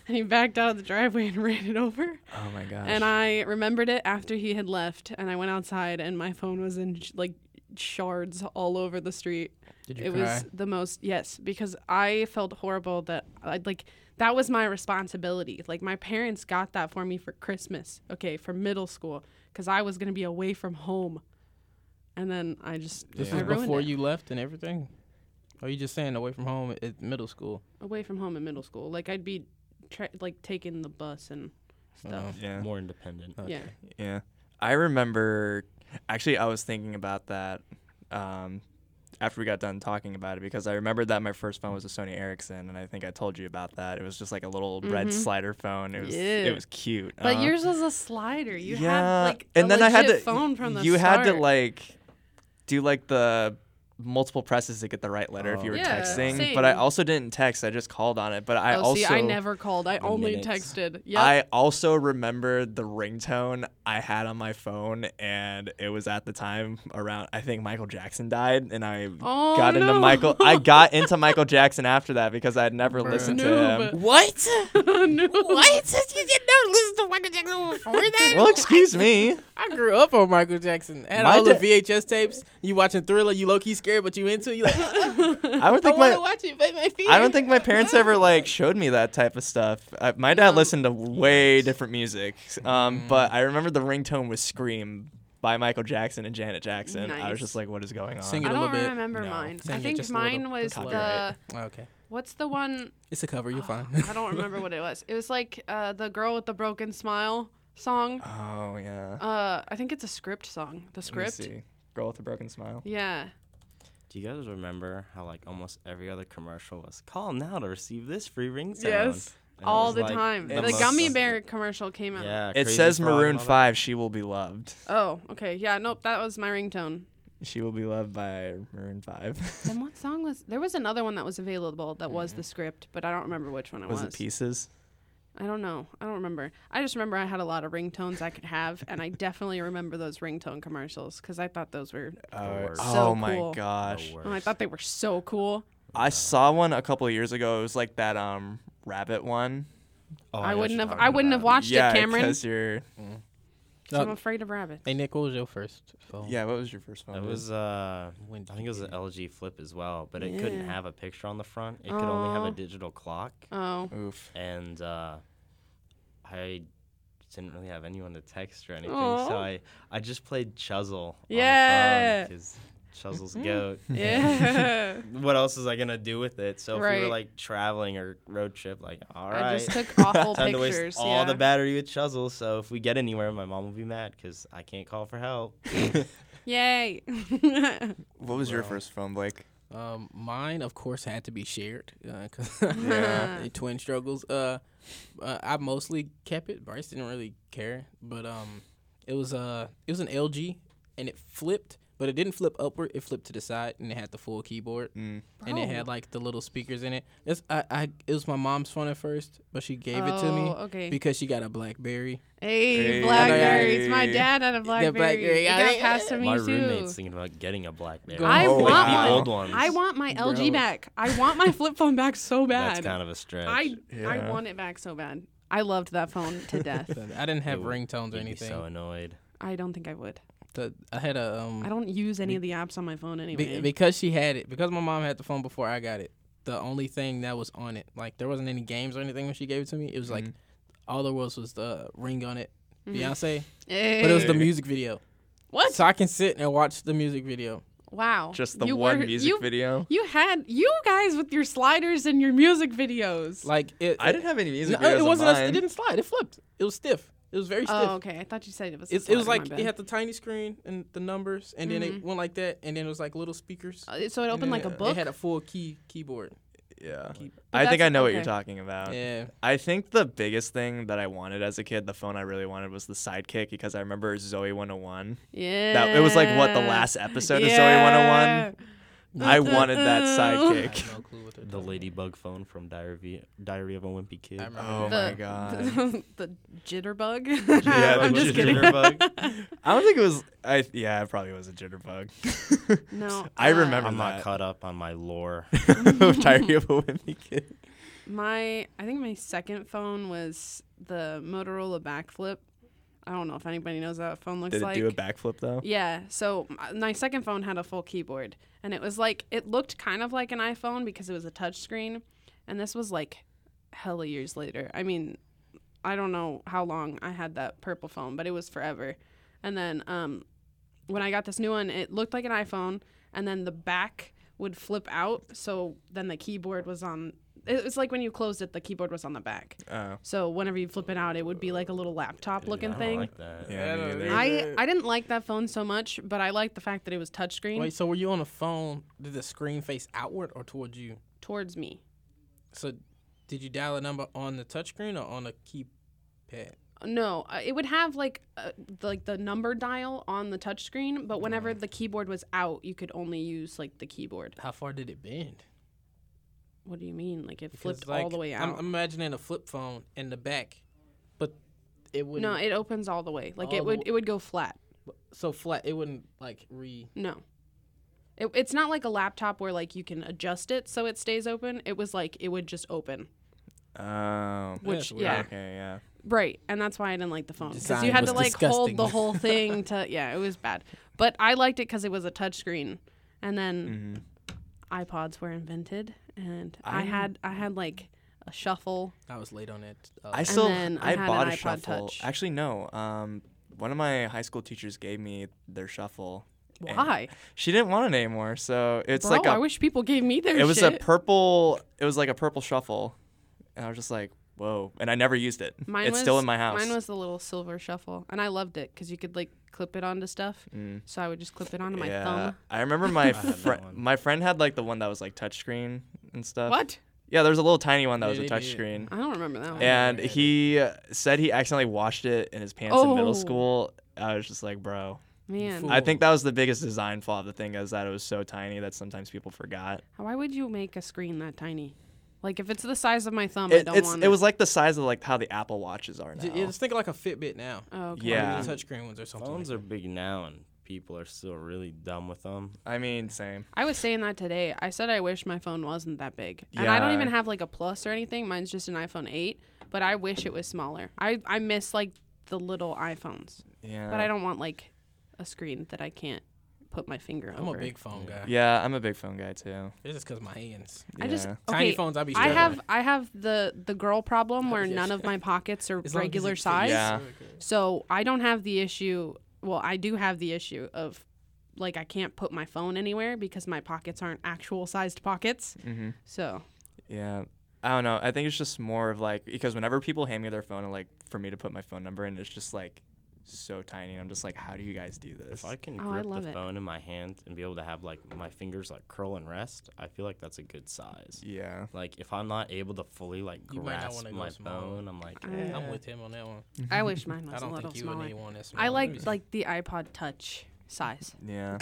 B: and he backed out of the driveway and ran it over
A: Oh my gosh.
B: and i remembered it after he had left and i went outside and my phone was in sh- like shards all over the street
C: Did you
B: it
C: cry?
B: was the most yes because i felt horrible that i like that was my responsibility like my parents got that for me for christmas okay for middle school because i was going to be away from home and then i just
C: this
B: I
C: was
B: ruined
C: before
B: it.
C: you left and everything. Or you just saying away from home at middle school?
B: away from home in middle school like i'd be tra- like taking the bus and stuff
C: Oh.
A: yeah.
D: More independent.
C: Okay.
B: yeah
A: Yeah. I remember actually I was thinking about that um, after we got done talking about it because I remembered that my first phone was a Sony Ericsson and I think I told you about that. It was just like a little red slider phone. It was
B: Mm-hmm. Yeah.
A: it was cute.
B: but
A: Uh,
B: yours was a slider you
A: yeah.
B: had like
A: and
B: a
A: then I had to
B: legit phone from the
A: You had to
B: start.
A: like do like the multiple presses to get the right letter if you were
B: Oh, Yeah,
A: texting. But I
B: same.
A: also didn't text. I just called on it. But I
B: oh,
A: also
B: see i never called i only
D: minutes.
B: texted yeah
A: I also remembered the ringtone I had on my phone, and it was at the time around. I think Michael Jackson died, and I
B: Oh,
A: got into
B: no.
A: Michael. I got into Michael Jackson after that because I had never
C: Bruh.
A: listened to
B: Noob.
A: him.
C: What?
B: what?
C: you did not listen to Michael Jackson before that?
A: Well, excuse me.
C: I grew up on Michael Jackson. and
A: My
C: all
A: da-
C: the VHS tapes. You watching Thriller, you low key scared, but you into it. You like,
A: I don't
C: I
A: think
C: want to
A: my
C: watch it, but my feet.
A: I don't think my parents ever like showed me that type of stuff. I, my dad listened to way different music, um,
C: Mm.
A: but I remember the ringtone was "Scream" by Michael Jackson and Janet Jackson. I was
B: Nice.
A: just like, "What is going on?"
C: Sing it
B: I
C: a little
B: don't
C: bit.
B: remember
A: No.
B: mine.
C: Sing
B: I
C: it
B: think
C: just a little
B: mine
C: bit.
B: was
A: Copyright.
B: the
C: Okay.
B: what's the one?
C: It's a cover. You're fine.
B: I don't remember what it was. It was like uh, the girl with the broken smile song.
A: Oh yeah.
B: Uh, I think it's a script song.
A: Let
B: The
A: me
B: script.
A: see. Girl with a broken smile.
B: Yeah.
D: Do you guys remember how like almost every other commercial was call now to receive this free ringtone?
B: Yes.
D: And it
B: All
D: was,
B: the
D: like,
B: time.
A: the
B: The,
A: most-
B: gummy bear commercial came out.
D: Yeah.
A: It
D: Crazy
A: says
D: Frog and
A: Maroon
D: all that.
A: 5, She Will Be Loved.
B: Oh, okay. Yeah. Nope. That was my ringtone.
A: She Will Be Loved by Maroon 5.
B: then what song was? There was another one that was available that was the script, but I don't remember which one it was.
A: was it Pieces?
B: I don't know. I don't remember. I just remember I had a lot of ringtones I could have, and I definitely remember those ringtone commercials because I thought those were.
A: Uh,
D: worst.
A: oh
B: So
A: my
B: cool.
A: gosh.
D: The
B: and I
D: worst.
B: thought they were so cool.
A: I saw one a couple of years ago. It was like that um rabbit one.
D: Oh,
B: I
D: know what
B: wouldn't
D: you're
B: have.
D: talking
B: I wouldn't have
D: about.
B: watched
A: yeah,
B: it, Cameron.
A: Because you're
B: So I'm
C: Uh,
B: afraid of rabbits.
C: hey Nick, what was your first phone?
A: Yeah, what was your first phone?
D: It was uh,
C: When
D: I think it was
C: did
D: an LG Flip as well, but it couldn't
B: Yeah.
D: have a picture on the front. It could only have
B: Aw.
D: a digital clock,
B: Oh,
A: Oof.
D: and uh, I didn't really have anyone to text or anything, so
B: Aw.
D: I I just played Chuzzle.
B: Yeah.
D: because Chuzzle's goat.
B: yeah.
D: What else is I gonna do with it? So if we were
B: Right.
D: like traveling or road trip, like all right.
B: I just took awful
D: Time to
B: pictures.
D: waste all
B: yeah.
D: the battery with Chuzzle. So if we get anywhere, my mom will be mad because I can't call for help.
B: Yay.
A: What was your
C: Well.
A: first phone, Blake?
C: Um, mine of course had to be shared because
B: Yeah.
C: twin struggles. Uh, uh, I mostly kept it. Bryce didn't really care, but um, it was uh, it was an LG and it flipped, but it didn't flip upward. It flipped to the side and it had the full keyboard
A: Mm.
C: and it
B: Bro.
C: had like the little speakers in it. It's I, I it was my mom's phone at first, but she gave it to me
B: Oh, okay.
C: because she got a BlackBerry.
A: Hey.
B: hey, blackberries. My
A: Hey.
B: dad had a blackberry.
C: Blackberry,
B: It
C: I
B: got
C: think-
B: passed to me
D: my
B: too.
D: roommate's thinking about getting a BlackBerry.
C: Go I
A: Oh, want
D: like
A: one.
D: the old ones.
B: I want my
C: Bro.
B: LG back. I want my flip phone back so bad.
D: That's kind of a stretch.
B: I
A: Yeah.
B: I want it back so bad. I loved that phone to death.
C: So I didn't have
D: It would
C: ringtones or
D: You'd be
C: anything.
D: so annoyed.
B: I don't think I would.
C: The- I had a um.
B: I don't use any of the apps on my phone
C: Be-
B: anyway.
C: because she had it, because my mom had the phone before I got it, the only thing that was on it, like there wasn't any games or anything when she gave it to me. It was like all there was was the ring on it,
B: Mm-hmm.
C: Beyonce, but
B: Hey.
C: it was the music video.
B: Eh, what?
C: So I can sit and watch the music video.
B: Wow.
A: Just the
B: You
A: one
B: were-
A: music
B: you,
A: video.
B: You had you guys with your sliders and your music videos.
C: Like it,
A: I didn't have any music
C: No,
A: videos.
C: it
A: on
C: wasn't. A, it
A: mine.
C: didn't slide. It flipped. It was stiff. It was very stiff.
B: oh, okay. I thought you said it was. a
C: It, it
B: slider, my
C: was like
B: bad. Mm-hmm.
C: it had the tiny screen and the numbers, and then it went like that, and then it was like little speakers.
B: Uh, so it
C: and
B: opened
C: then
B: like a
C: it-
B: book.
C: It had a full key keyboard.
A: Yeah.
C: Keep- But
A: I think
B: that's-
A: I know what you're
B: okay.
A: talking about.
C: Yeah,
A: I think the biggest thing that I wanted as a kid, the phone I really wanted was the sidekick because I remember Zoe 101.
B: yeah.
A: That it was like what the last episode of Zoe 101. I wanted that
C: I
A: sidekick.
C: have no clue what they're
D: The
C: talking
D: ladybug phone from Diary Diary of a Wimpy Kid.
C: about. I remember
A: Oh
C: that.
A: my god.
B: The, the jitterbug.
A: Yeah,
B: I'm
A: the
B: just kidding.
A: jitterbug. I don't think it was. I yeah, it probably was a jitterbug.
B: No,
A: I
B: uh,
A: remember
D: I'm not
A: that.
D: caught up on my lore.
A: of Diary of a Wimpy Kid.
B: My I think my second phone was the Motorola backflip. I don't know if anybody knows what that phone looks
A: Did it
B: like.
A: do a backflip though?
B: Yeah. So m- my second phone had a full keyboard, and it was like it looked kind of like an iPhone because it was a touch screen, and this was like hella years later. I mean, I don't know how long I had that purple phone, but it was forever. And then um, when I got this new one, it looked like an iPhone, and then the back would flip out, so then the keyboard was on. It was like when you closed it, the keyboard was on the back.
A: Oh.
B: So whenever you flip it out, it would be like a little laptop looking
D: I
B: thing.
D: don't like that.
A: Yeah,
C: Yeah,
A: me
C: no,
A: neither.
B: I, I didn't like that phone so much, but I liked the fact that it was touchscreen
C: Wait, so were you on a phone? Did the screen face outward or towards you?
B: towards me.
C: So, did you dial a number on the touchscreen or on a keypad?
B: No, uh, it would have like uh, the, like the number dial on the touchscreen, but whenever the keyboard was out, you could only use like the keyboard.
C: How far did it bend?
B: What do you mean? Like it
C: 'Cause,
B: flipped all
C: like,
B: the way out?
C: I'm, I'm imagining a flip phone in the back, but it wouldn't.
B: no, it opens all the way. Like
C: All the
B: it would
C: w-
B: it would go flat.
C: so flat. It wouldn't like re.
B: No. It, it's not like a laptop where like you can adjust it so it stays open. It was like it would just open.
A: Oh.
B: Which
C: weird.
B: yeah.
A: Okay. Yeah.
B: Right, and that's why I didn't like the phone because
C: Design
B: you had
C: was
B: to like
C: disgusting.
B: hold the whole thing to. Yeah, it was bad. But I liked it because it was a touchscreen, and
A: hmm
B: then iPods were invented, and i
A: I'm-
B: had I had like a shuffle.
C: I was late on it. Uh,
A: I still
B: then I
A: I,
B: had an
A: bought a
B: iPod
A: shuffle.
B: Touch.
A: Actually, no. Um, one of my high school teachers gave me their shuffle. and
B: Why,
A: She didn't want it anymore, so it's
B: bro?
A: like a
B: I wish people gave me their.
A: it was
B: shit.
A: a purple it was like a purple shuffle and i was just like whoa and i never used it
B: Mine
A: it's
B: was,
A: still in my house
B: Mine was the little silver shuffle, and I loved it because you could like clip it onto stuff.
A: Mm.
B: So I would just clip it onto my
A: yeah
B: thumb.
A: i remember my
D: had that
A: friend
D: one.
A: my friend had like the one that was like touchscreen and stuff
B: What? Uh,
A: yeah there was a little tiny one that was a
C: Yeah, they did.
A: touchscreen
B: I don't remember that one.
C: Yeah.
A: and
C: had it.
A: he uh, said he accidentally washed it in his pants in
B: Oh.
A: middle school i was just like bro
B: Man,
C: Fool.
A: i think that was the biggest design flaw of the thing is that it was so tiny that sometimes people forgot
B: why would you make a screen that tiny? Like if it's the size of my thumb, I
A: it,
B: don't
A: it's,
B: want
A: it was like the size of like how the apple watches are now
C: j- yeah, just think of like a Fitbit now.
B: Oh, okay.
C: Like,
A: Yeah.
C: the touchscreen ones or something.
D: Phones
C: like
D: are big now, and people are still really dumb with them.
A: i mean same
B: I was saying that today. I said I wish my phone wasn't that big. And I don't
A: Yeah.
B: even have like a plus or anything. Mine's just an iPhone 8, but I wish it was smaller. I, I miss like the little iPhones,
A: yeah
B: but I don't want like a screen that I can't put my finger
C: that. I'm
B: over.
C: a big phone guy.
A: Yeah, I'm a big phone guy too.
C: It's just because my hands.
B: I just
A: Yeah.
B: okay,
C: Tiny phones, I'd be
B: I
C: struggling.
B: have I have the the girl problem where
C: Yeah.
B: none of my pockets are
C: As long as
B: regular
C: it fits.
B: size.
A: Yeah.
B: So I don't have the issue. Well, I do have the issue of like I can't put my phone anywhere because my pockets aren't actual sized pockets.
A: hmm
B: So
A: Yeah. I don't know. I think it's just more of like because whenever people hand me their phone and like for me to put my phone number in, it's just like so tiny. And I'm just like, how do you guys do this?
D: If I can
B: Oh, I
D: grip
B: love
D: the
B: it.
D: phone in my hand and be able to have like my fingers like curl and rest, I feel like that's a good size.
A: yeah.
D: Like if I'm not able to fully like
C: You might not
D: grasp
C: wanna go
D: my
C: smaller.
D: phone, I'm like,
B: I-
C: I'm with him on that one.
A: Mm-hmm.
B: I wish mine
C: I
B: was a
C: don't
B: little
C: think you would
B: smaller.
C: need one that's smaller.
B: I like like the iPod Touch size.
A: Yeah.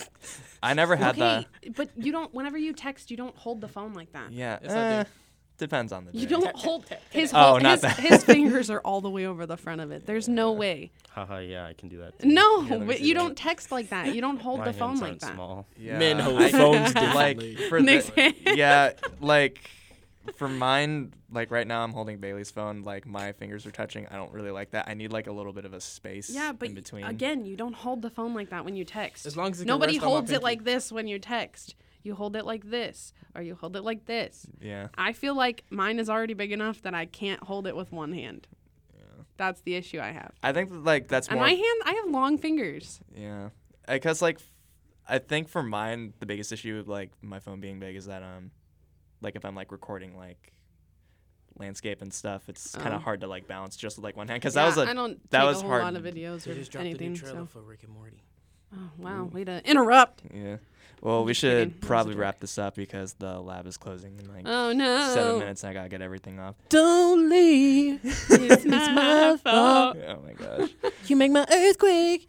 A: I never had
B: okay,
A: that.
B: but you don't. Whenever you text, you don't hold the phone like that.
A: Yeah.
C: Yes, I
A: eh, depends on the day.
B: You don't hold his
A: Oh,
B: whole,
A: not
B: his,
A: that.
B: his fingers are all the way over the front of it. There's no way.
D: haha, yeah, I can do that. too."
B: No,
A: let me
B: but
A: see
B: you
A: that.
B: don't text like that. You don't hold
D: My
B: the phone
D: hands
B: like
D: aren't
B: that.
D: Small.
A: Yeah.
C: Men hold
A: I-
C: phones
A: like
C: differently.
A: for
B: Nick's
A: the, yeah, like for mine, like right now I'm holding Bailey's phone. Like my fingers are touching. I don't really like that. I need like a little bit of a space.
B: Yeah, but
A: in
B: y-
A: between.
B: again, you don't hold the phone like that when you text.
C: As long as it can
B: nobody
C: rest on my
B: holds it
C: pinky.
B: like this when you text. You hold it like this, or you hold it like this.
A: Yeah.
B: I feel like mine is already big enough that I can't hold it with one hand. That's the issue I have.
A: I think that, like that's
B: And
A: more
B: my hand, I have long fingers.
A: yeah, because like I think for mine the biggest issue with like my phone being big is that um like if I'm like recording like landscape and stuff, it's kind
B: Oh.
A: of hard to like balance just with like one hand because
B: Yeah,
A: that was a
B: I don't
A: that
B: take
A: was
B: a whole
A: hard.
B: lot of videos
C: They just
B: or
C: dropped the
B: anything.
C: new trailer
B: So.
C: for Rick and Morty.
B: Oh, wow, way to interrupt.
A: yeah. Well, we
B: just kidding.
A: should
B: That was a
A: probably
B: joke.
A: wrap this up because the lab is closing in like
B: Oh no.
A: seven minutes. and I gotta get everything off.
C: Don't leave.
B: It's my fault.
A: Oh my gosh.
C: You make my earthquake.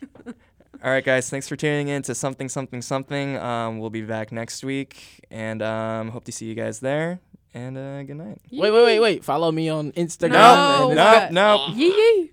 A: All right, guys. Thanks for tuning in to something, something, something. Um, we'll be back next week, and um, hope to see you guys there. And uh, good night.
C: Wait, wait, wait, wait. Follow me on Instagram.
B: No,
C: and
B: no.
A: no.
B: Yee yee.